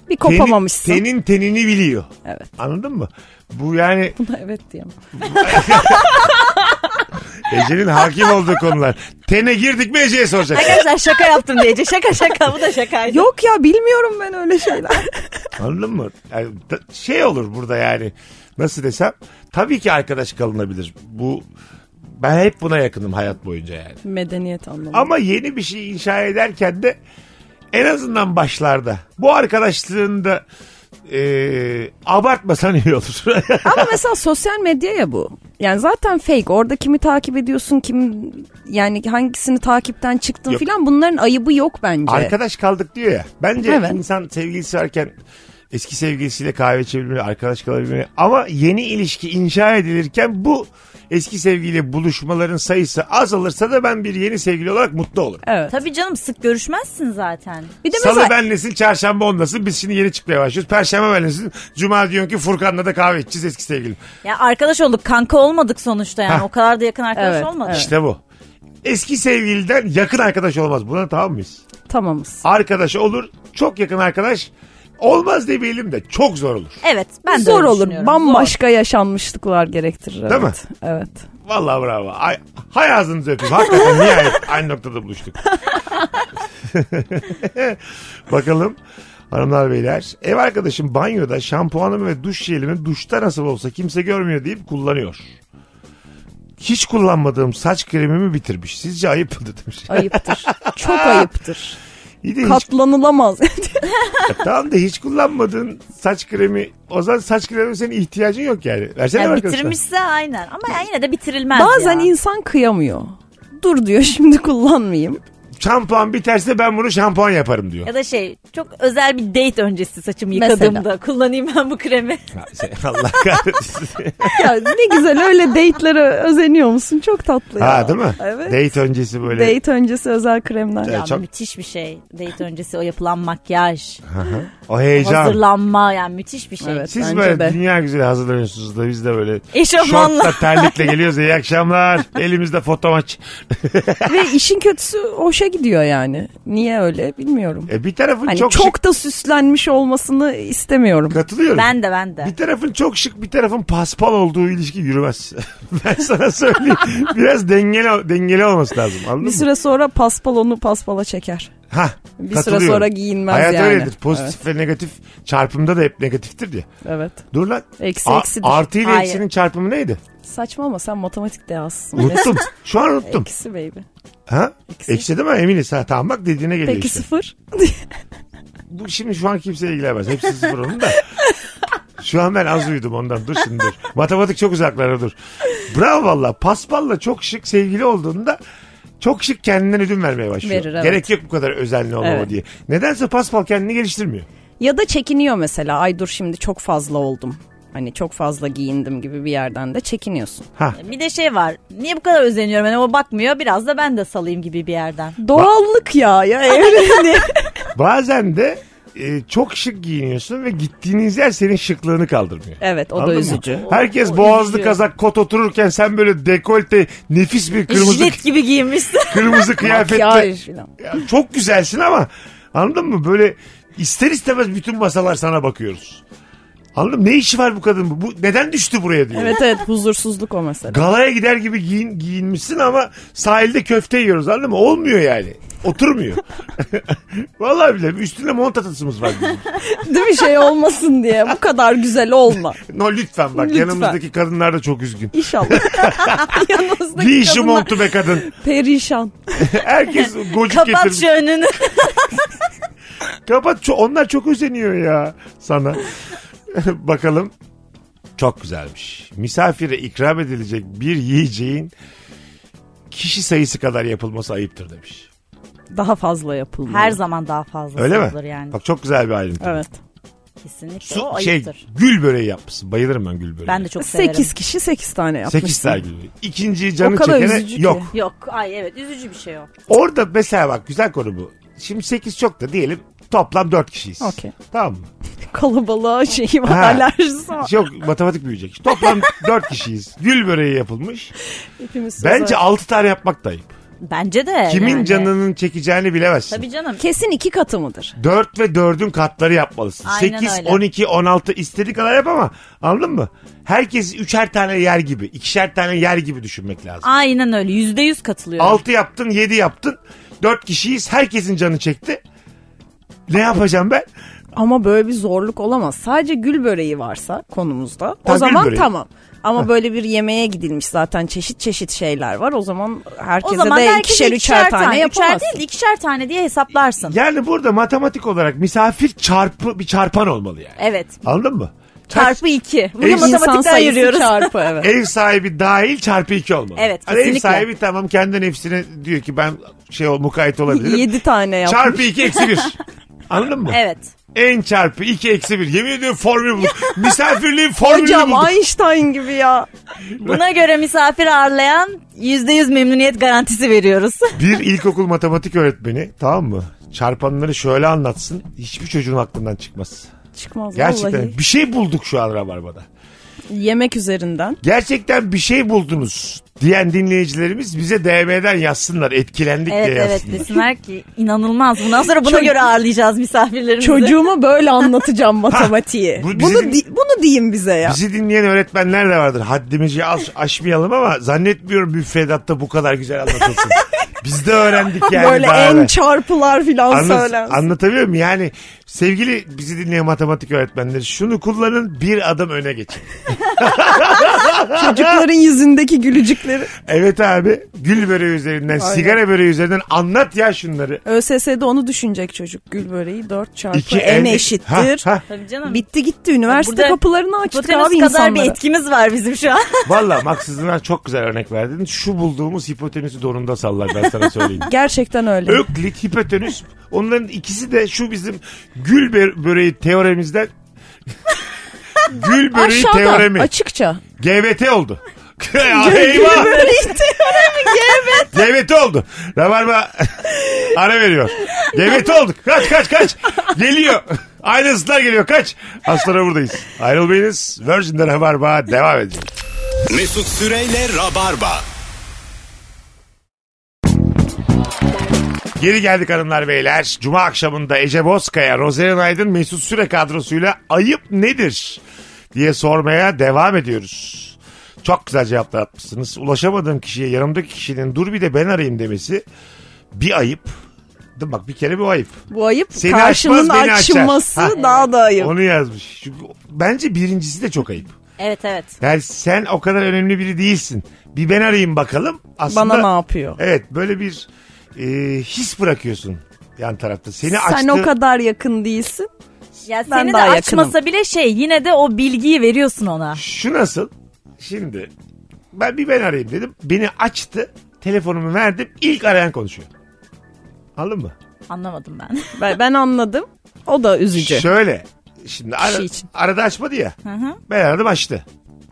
Speaker 4: Bir
Speaker 3: Tenin-
Speaker 4: kopamamışsın.
Speaker 3: Tenin tenini biliyor.
Speaker 4: Evet.
Speaker 3: Anladın mı? Bu yani
Speaker 4: Buna evet diyemem.
Speaker 3: Ece'nin hakim olduğu konular. Tene girdik mi Ece'ye soracak.
Speaker 5: Arkadaşlar şaka yaptım diyecek. Şaka şaka bu da şakaydı.
Speaker 4: Yok ya bilmiyorum ben öyle şeyler.
Speaker 3: Anladın mı? Yani da- şey olur burada yani. Nasıl desem? Tabii ki arkadaş kalınabilir. Bu ben hep buna yakınım hayat boyunca yani.
Speaker 4: Medeniyet anlamında.
Speaker 3: Ama yeni bir şey inşa ederken de en azından başlarda bu e, arkadaşlığında eee abartmasan iyi olur.
Speaker 4: Ama mesela sosyal medya ya bu. Yani zaten fake. Orada kimi takip ediyorsun, kim yani hangisini takipten çıktın
Speaker 3: Yok.
Speaker 4: filan bunların ayıbı yok bence.
Speaker 3: arkadaş kaldık diyor ya. Bence
Speaker 4: Evet.
Speaker 3: insan sevgilisi varken eski sevgilisiyle kahve içebilmeli, arkadaş kalabilmeli. Ama yeni ilişki inşa edilirken bu eski sevgiliyle buluşmaların sayısı azalırsa da ben bir yeni sevgili olarak mutlu olurum.
Speaker 4: Evet.
Speaker 5: Tabii canım sık görüşmezsin zaten.
Speaker 4: Bir de
Speaker 3: Salı
Speaker 4: mesela
Speaker 3: ben nesin, çarşamba on nasıl? Biz şimdi yeni çıkmaya başlıyoruz. Perşembe ben nesin, cuma diyorsun ki Furkan'la da kahve içeceğiz eski sevgilim.
Speaker 5: Ya arkadaş olduk kanka olmadık sonuçta yani.
Speaker 3: Hah.
Speaker 5: O kadar da yakın arkadaş
Speaker 4: Evet,
Speaker 5: olmadık.
Speaker 4: evet.
Speaker 3: İşte bu. Eski sevgiliden yakın arkadaş olmaz. Buna tamam mıyız?
Speaker 4: tamamız.
Speaker 3: Arkadaş olur, çok yakın arkadaş olmaz demeyelim de çok zor olur.
Speaker 5: Evet ben de
Speaker 4: Zor
Speaker 5: öyle
Speaker 4: olur.
Speaker 5: düşünüyorum.
Speaker 4: Bambaşka yaşanmışlıklar gerektirir.
Speaker 3: Değil mi?
Speaker 4: evet. Evet.
Speaker 3: Vallahi bravo. Ay, hay ağzınızı öpeyim. Hakikaten nihayet aynı noktada buluştuk. Bakalım hanımlar beyler. Ev arkadaşım banyoda şampuanımı ve duş jelimi duşta nasıl olsa kimse görmüyor deyip kullanıyor. Hiç kullanmadığım saç kremimi bitirmiş. Sizce ayıp mı demiş.
Speaker 4: Ayıptır. Çok
Speaker 5: Ah.
Speaker 4: ayıptır.
Speaker 3: İyi de hiç
Speaker 4: Katlanılamaz.
Speaker 3: Tamam da hiç kullanmadığın saç kremi. O zaman saç kremi senin ihtiyacın yok yani. Versene
Speaker 5: Yani
Speaker 3: arkadaşlar.
Speaker 5: bitirmişse aynen ama yani yine de bitirilmez
Speaker 4: Bazen
Speaker 5: ya.
Speaker 4: insan kıyamıyor. Dur diyor şimdi kullanmayayım.
Speaker 3: Şampuan biterse ben bunu şampuan yaparım diyor.
Speaker 5: Ya da şey çok özel bir date öncesi saçımı
Speaker 4: Mesela.
Speaker 5: yıkadığımda kullanayım ben bu kremi.
Speaker 3: Allah kahretsin.
Speaker 4: Ya ne güzel öyle date'lere özeniyor musun? Çok tatlı ya.
Speaker 3: ha değil mi?
Speaker 4: Evet.
Speaker 3: Date öncesi böyle.
Speaker 4: Date öncesi özel kremler.
Speaker 3: Evet.
Speaker 5: Ya
Speaker 3: çok-
Speaker 5: müthiş bir şey. Date öncesi o yapılan makyaj,
Speaker 3: O heyecan.
Speaker 5: hazırlanma yani müthiş bir şey.
Speaker 4: Evet.
Speaker 3: Siz
Speaker 4: Bence
Speaker 3: böyle
Speaker 4: de.
Speaker 3: dünya güzeli hazırlanıyorsunuz da biz de böyle
Speaker 5: Eşofmanla.
Speaker 3: şortla terlikle geliyoruz. İyi akşamlar. Elimizde foto maç.
Speaker 4: Ve işin kötüsü hoşa gidiyor yani. Niye öyle bilmiyorum.
Speaker 3: E, bir tarafın
Speaker 4: Hani
Speaker 3: çok,
Speaker 4: çok,
Speaker 3: şık.
Speaker 4: da süslenmiş olmasını istemiyorum.
Speaker 3: Katılıyorum.
Speaker 5: Ben de ben de.
Speaker 3: Bir tarafın çok şık bir tarafın paspal olduğu ilişki yürümez. ben sana söyleyeyim. Biraz dengeli, dengeli olması lazım. Anladın
Speaker 4: Bir
Speaker 3: mı?
Speaker 4: süre sonra paspal onu paspala çeker.
Speaker 3: Ha,
Speaker 4: Bir süre
Speaker 3: katılıyorum.
Speaker 4: sonra giyinmez
Speaker 3: Hayat
Speaker 4: yani.
Speaker 3: öyledir. Pozitif ve negatif çarpımda da hep negatiftir ya.
Speaker 4: Evet.
Speaker 3: Dur lan.
Speaker 4: Eksi
Speaker 3: A-
Speaker 4: eksidir.
Speaker 3: artı ile
Speaker 5: Hayır.
Speaker 3: eksinin çarpımı neydi?
Speaker 4: Saçma ama sen matematik dehasısın.
Speaker 3: Unuttum. Şu an unuttum.
Speaker 4: Eksi baby.
Speaker 3: Ha? Eksi değil mi? Eminiz. Ha, tamam bak dediğine geliyor
Speaker 4: Peki
Speaker 3: işte.
Speaker 4: sıfır.
Speaker 3: Bu şimdi şu an kimseye ilgilenmez. Hepsi sıfır onun da. Şu an ben az uyudum ondan. Dur şimdi dur. Matematik çok uzaklara dur. Bravo valla. Paspalla çok şık sevgili olduğunda çok şık kendinden ödün vermeye başlıyor.
Speaker 4: Verir, evet.
Speaker 3: Gerek yok bu kadar özenli olmama
Speaker 4: Evet.
Speaker 3: diye. Nedense paspal kendini geliştirmiyor.
Speaker 4: ya da çekiniyor mesela. Ay dur şimdi çok fazla oldum. Hani çok fazla giyindim gibi bir yerden de çekiniyorsun.
Speaker 3: Ha.
Speaker 5: Bir de şey var. Niye bu kadar özeniyorum? Yani o bakmıyor. Biraz da ben de salayım gibi bir yerden.
Speaker 4: Doğallık ya ya evreni.
Speaker 3: Bazen de e, çok şık giyiniyorsun ve gittiğiniz yer senin şıklığını kaldırmıyor.
Speaker 4: evet E, o
Speaker 3: Anladın
Speaker 4: da
Speaker 3: mı?
Speaker 4: üzücü.
Speaker 3: Herkes
Speaker 5: O- o
Speaker 3: boğazlı
Speaker 5: üzücü.
Speaker 3: kazak kot otururken sen böyle dekolte nefis bir kırmızı
Speaker 5: Jilet gibi giyinmişsin.
Speaker 3: kırmızı kıyafetle
Speaker 4: Makyaj falan.
Speaker 3: Ya çok güzelsin ama anladın mı böyle ister istemez bütün masalar sana bakıyoruz. Anladın mı? Ne işi var bu kadın? Bu neden düştü buraya diyor.
Speaker 4: Evet evet huzursuzluk o mesela.
Speaker 3: Galaya gider gibi giyin, giyinmişsin ama sahilde köfte yiyoruz anladın mı? Olmuyor yani. Oturmuyor. Vallahi bile üstüne mont atasımız var bizim.
Speaker 4: Değil mi şey olmasın diye bu kadar güzel olma.
Speaker 3: No lütfen bak
Speaker 4: Lütfen.
Speaker 3: yanımızdaki kadınlar da çok üzgün.
Speaker 4: İnşallah. Yanınızdaki
Speaker 3: Giy şu
Speaker 4: kadınlar
Speaker 3: montu be kadın.
Speaker 4: Perişan.
Speaker 3: Herkes gocuk
Speaker 5: Kapat
Speaker 3: getirmiş.
Speaker 5: şu önünü.
Speaker 3: Kapat. Ço- Onlar çok özeniyor ya sana. Bakalım. Çok güzelmiş. Misafire ikram edilecek bir yiyeceğin kişi sayısı kadar yapılması ayıptır demiş.
Speaker 4: Daha fazla yapılmalı.
Speaker 5: Her zaman daha fazla
Speaker 3: Öyle
Speaker 5: olur
Speaker 3: mi?
Speaker 5: yani.
Speaker 3: Bak çok güzel bir ayrıntı.
Speaker 4: Evet.
Speaker 5: Kesinlikle
Speaker 3: Su-
Speaker 5: o
Speaker 3: şey,
Speaker 5: ayıptır.
Speaker 3: gül böreği yapmışsın. Bayılırım ben gül böreği.
Speaker 5: Ben de çok severim.
Speaker 4: 8 kişi 8 tane yapmışsın.
Speaker 3: 8 tane gül böreği. İkinciyi canı
Speaker 4: O kadar
Speaker 3: çekene
Speaker 4: üzücü ki.
Speaker 3: yok.
Speaker 5: Yok ay evet üzücü bir şey o.
Speaker 3: Orada mesela bak güzel konu bu. Şimdi 8 çok da diyelim Toplam dört kişiyiz.
Speaker 4: Okey.
Speaker 3: Tamam mı?
Speaker 4: Kalabalığa şeyi var
Speaker 3: Ha.
Speaker 4: alerjisi var.
Speaker 3: Yok matematik büyüyecek. Toplam dört kişiyiz. Gül böreği yapılmış.
Speaker 4: Hepimiz söz
Speaker 3: Bence
Speaker 4: var.
Speaker 3: altı tane yapmak da ayıp.
Speaker 5: Bence de.
Speaker 3: Kimin
Speaker 5: yani.
Speaker 3: canının çekeceğini bilemezsin.
Speaker 5: Tabii canım.
Speaker 4: Kesin iki katı mıdır?
Speaker 3: 4 ve 4'ün katları yapmalısın.
Speaker 5: Aynen
Speaker 3: 8,
Speaker 5: öyle.
Speaker 3: 12, 16 istediği kadar yap ama anladın mı? Herkes üçer tane yer gibi, ikişer tane yer gibi düşünmek lazım.
Speaker 5: Aynen öyle. Yüzde yüz katılıyorum.
Speaker 3: 6 yaptın, 7 yaptın. 4 kişiyiz, herkesin canı çekti. Ne yapacağım ben?
Speaker 4: Ama böyle bir zorluk olamaz. Sadece gül böreği varsa konumuzda
Speaker 3: Ha, gül
Speaker 4: o zaman
Speaker 3: böreği.
Speaker 4: tamam. Ama böyle bir yemeğe gidilmiş zaten çeşit çeşit şeyler var. O zaman herkese
Speaker 5: o zaman
Speaker 4: de
Speaker 5: herkes
Speaker 4: ikişer üçer tane,
Speaker 5: Üçer
Speaker 4: yapamazsın.
Speaker 5: değil de ikişer tane diye hesaplarsın.
Speaker 3: Yani burada matematik olarak misafir çarpı bir çarpan olmalı yani.
Speaker 5: Evet.
Speaker 3: Anladın mı?
Speaker 5: Çarpı iki. Bunu
Speaker 3: İnsan
Speaker 5: matematikten
Speaker 4: sayısı
Speaker 5: ayırıyoruz.
Speaker 4: çarpı evet.
Speaker 3: Ev sahibi dahil çarpı 2 olmalı.
Speaker 5: Evet,
Speaker 3: Hani ev
Speaker 5: kesinlikle.
Speaker 3: sahibi tamam kendi nefsine diyor ki ben şey ol, mukayyet olabilirim.
Speaker 4: 7 tane yapmış.
Speaker 3: Çarpı 2 eksi 1. Anladın mı?
Speaker 5: Evet.
Speaker 3: En çarpı 2 eksi 1. Yemin ediyorum formül bulduk. Misafirliğin formülünü bulduk.
Speaker 4: Hocam Einstein gibi ya.
Speaker 5: Buna göre misafir ağırlayan yüzde yüz memnuniyet garantisi veriyoruz.
Speaker 3: Bir ilkokul matematik öğretmeni tamam mı? Çarpanları şöyle anlatsın. Hiçbir çocuğun aklından çıkmaz.
Speaker 4: Çıkmaz
Speaker 3: Gerçekten
Speaker 4: vallahi.
Speaker 3: bir şey bulduk şu an Rabarba'da.
Speaker 4: Yemek üzerinden.
Speaker 3: Gerçekten bir şey buldunuz diyen dinleyicilerimiz bize DM'den yazsınlar. Etkilendik
Speaker 5: evet
Speaker 3: diye
Speaker 5: evet
Speaker 3: yazsınlar.
Speaker 5: desinler ki inanılmaz. Bundan sonra buna
Speaker 4: Çocuk-
Speaker 5: göre ağırlayacağız misafirlerimizi.
Speaker 4: Çocuğuma böyle anlatacağım matematiği.
Speaker 3: bu bizi din-
Speaker 4: bunu di- bunu deyin bize ya.
Speaker 3: Bizi dinleyen öğretmenler de vardır. Haddimizi aş- aşmayalım ama zannetmiyorum müfredatta bu kadar güzel anlatılsın. Biz de öğrendik yani.
Speaker 4: böyle en
Speaker 3: beraber.
Speaker 4: çarpılar filan
Speaker 3: Anlat-
Speaker 4: söylensin.
Speaker 3: anlatabiliyor muyum? Yani sevgili bizi dinleyen matematik öğretmenleri şunu kullanın bir adım öne geçin.
Speaker 4: Çocukların yüzündeki gülücükleri.
Speaker 3: Evet abi gül böreği üzerinden sigara böreği üzerinden anlat ya şunları.
Speaker 4: ÖSS'de onu düşünecek çocuk. Gül böreği 4 çarpı
Speaker 3: İki
Speaker 4: en
Speaker 3: el-
Speaker 4: eşittir.
Speaker 3: Ha, ha.
Speaker 5: Tabii canım.
Speaker 4: Bitti gitti. Üniversite
Speaker 5: Burada
Speaker 4: kapılarını açtık
Speaker 5: Hipotenüs
Speaker 4: abi
Speaker 5: kadar
Speaker 4: insanlara.
Speaker 5: bir etkimiz var bizim şu an.
Speaker 3: Valla haksızlığına çok güzel örnek verdin. Şu bulduğumuz hipotenüsü donunda sallar ben sana söyleyeyim.
Speaker 4: Gerçekten öyle.
Speaker 3: Öklit, hipotenüs onların ikisi de şu bizim gül bö- böreği teoremizden gül böreği
Speaker 4: Aşağıda
Speaker 3: teoremi.
Speaker 4: açıkça.
Speaker 3: GBT oldu. Eyvah. GBT oldu. Rabarba ara veriyor. GBT olduk. Kaç kaç kaç. Geliyor. Aynısılar geliyor. Kaç. Az sonra buradayız. Ayrılmayınız. Virgin'de Rabarba devam edecek.
Speaker 2: Mesut Süreyle Rabarba.
Speaker 3: Geri geldik hanımlar beyler. Cuma akşamında Ece Bozkaya, Rozerin Aydın, Mesut Süre kadrosuyla ayıp nedir diye sormaya devam ediyoruz. Çok güzel cevaplar atmışsınız. Ulaşamadığım kişiye yanımdaki kişinin dur bir de ben arayayım demesi bir ayıp. Değil mi? Bak bir kere bir ayıp.
Speaker 4: Bu ayıp.
Speaker 3: Seni
Speaker 4: Karşının
Speaker 3: açmaz, beni açar.
Speaker 4: açılması
Speaker 3: Ha.
Speaker 4: daha da ayıp.
Speaker 3: Onu yazmış. Çünkü bence birincisi de çok ayıp.
Speaker 5: evet evet.
Speaker 3: Yani sen o kadar önemli biri değilsin. Bir ben arayayım bakalım. Aslında,
Speaker 4: Bana ne yapıyor?
Speaker 3: Evet böyle bir e, his bırakıyorsun yan tarafta. Seni
Speaker 4: Sen
Speaker 3: açtı.
Speaker 4: o kadar yakın değilsin.
Speaker 5: Ya
Speaker 4: Ben
Speaker 5: seni de
Speaker 4: daha yakınım.
Speaker 5: açmasa bile şey yine de o bilgiyi veriyorsun ona.
Speaker 3: Şu nasıl? Şimdi ben bir ben arayayım dedim. Beni açtı. Telefonumu verdim. İlk arayan konuşuyor. Anladın mı?
Speaker 5: Anlamadım ben.
Speaker 4: Ben, ben anladım. O da üzücü.
Speaker 3: Şöyle. Şimdi ara-
Speaker 4: Kişi Şey için.
Speaker 3: arada açmadı ya.
Speaker 5: hı.
Speaker 3: Ben aradım açtı.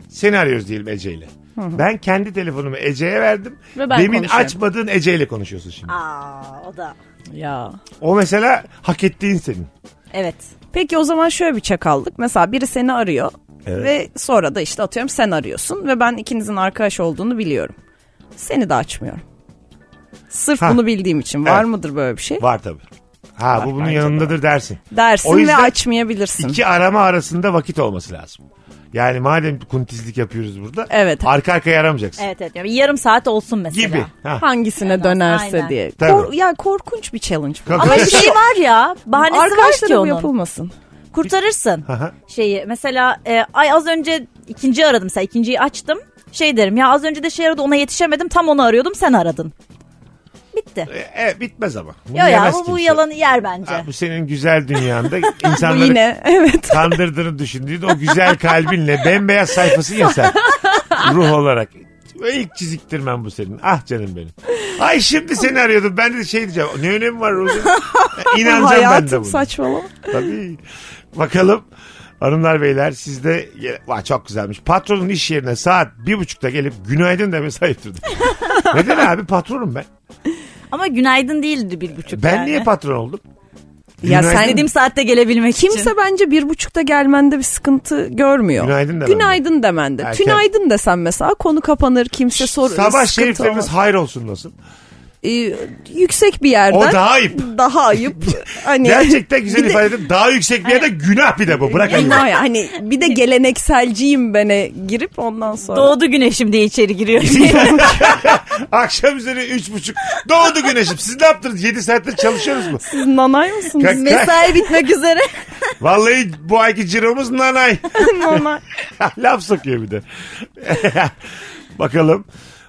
Speaker 3: Seni arıyoruz diyelim Ece ile. Ben kendi telefonumu Ece'ye verdim.
Speaker 4: Ve ben
Speaker 3: Demin
Speaker 4: konuşuyorum.
Speaker 3: açmadığın Ece ile konuşuyorsun şimdi.
Speaker 5: Aa o da.
Speaker 4: Ya.
Speaker 3: O mesela hak ettiğin senin.
Speaker 5: Evet.
Speaker 4: Peki o zaman şöyle bir çakallık. Mesela biri seni arıyor
Speaker 3: Evet.
Speaker 4: ve sonra da işte atıyorum sen arıyorsun ve ben ikinizin arkadaş olduğunu biliyorum. Seni de açmıyorum. Sırf
Speaker 3: Ha.
Speaker 4: bunu bildiğim için var
Speaker 3: Evet.
Speaker 4: mıdır böyle bir şey?
Speaker 3: Var tabii. Ha
Speaker 4: Var,
Speaker 3: bu bunun
Speaker 4: bence de
Speaker 3: yanındadır dersin. O
Speaker 4: Dersin ve
Speaker 3: yüzden
Speaker 4: açmayabilirsin.
Speaker 3: İki arama arasında vakit olması lazım. Yani madem kuntizlik yapıyoruz burada.
Speaker 4: Evet.
Speaker 3: Arka arkaya aramayacaksın.
Speaker 5: Evet evet. Yani bir yarım saat olsun mesela.
Speaker 3: Gibi. Ha.
Speaker 4: Hangisine
Speaker 5: Evet,
Speaker 4: dönerse
Speaker 5: aynen.
Speaker 4: diye.
Speaker 3: Tabii.
Speaker 4: Kor- ya korkunç bir challenge. bu.
Speaker 3: Tabii.
Speaker 5: Ama şey var ya bahanesi var ki
Speaker 4: Arkadaşlara bu
Speaker 5: onun.
Speaker 4: yapılmasın.
Speaker 5: Kurtarırsın
Speaker 3: Aha.
Speaker 5: şeyi. Mesela e, ay az önce ikinci aradım mesela ikinciyi açtım. Şey derim ya az önce de şey aradı ona yetişemedim tam onu arıyordum sen aradın. Bitti.
Speaker 3: E, e, bitmez ama. Bunu
Speaker 5: Yo ya
Speaker 3: yemez
Speaker 5: bu, bu
Speaker 3: kimse.
Speaker 5: yalanı yer bence.
Speaker 3: Ha, bu senin güzel dünyanda
Speaker 4: Bu
Speaker 3: insanları
Speaker 4: yine evet.
Speaker 3: kandırdığını düşündüğün o güzel kalbinle bembeyaz sayfası ya sen. Ruh olarak. İlk çiziktirmem bu senin. Ah canım benim. Ay şimdi seni arıyordum. Ben de şey diyeceğim. Ne önemi var Rozi? İnanacağım ben de
Speaker 4: Hayatım
Speaker 3: buna.
Speaker 4: saçmalama.
Speaker 3: Tabii. Bakalım hanımlar beyler sizde Vay, çok güzelmiş. Patronun iş yerine saat bir buçukta gelip günaydın demesi ayıptır. Neden abi patronum ben?
Speaker 5: Ama günaydın değildi bir buçuk
Speaker 3: Ben
Speaker 5: yani.
Speaker 3: niye patron oldum?
Speaker 4: Ya
Speaker 3: Günaydın.
Speaker 4: sen
Speaker 5: Dediğim saatte gelebilmek için.
Speaker 4: Kimse bence bir buçukta gelmende bir sıkıntı görmüyor.
Speaker 3: Günaydın demende.
Speaker 4: Günaydın demende.
Speaker 3: Erken.
Speaker 4: Günaydın desen mesela konu kapanır kimse soru
Speaker 3: Sabah
Speaker 4: sıkıntı
Speaker 3: şeriflerimiz
Speaker 4: olmaz.
Speaker 3: hayır olsun nasıl?
Speaker 4: Ee, yüksek bir yerden.
Speaker 3: O daha ayıp.
Speaker 4: Daha ayıp. hani,
Speaker 3: Gerçekten güzel
Speaker 4: Bir de-
Speaker 3: ifade edin. Daha yüksek bir yerde günah bir de bu. Bırak ayıbı.
Speaker 4: Günah ya. Hani bir de gelenekselciyim bene girip ondan sonra.
Speaker 5: Doğdu güneşim diye içeri giriyor.
Speaker 3: Akşam üzeri üç buçuk. Doğdu güneşim. Siz ne yaptınız? Yedi saattir çalışıyoruz mu?
Speaker 4: Siz nanay mısınız?
Speaker 3: Ka-
Speaker 5: Mesai bitmek üzere.
Speaker 3: Vallahi bu ayki ciromuz nanay.
Speaker 4: nanay.
Speaker 3: Laf sokuyor bir de. Bakalım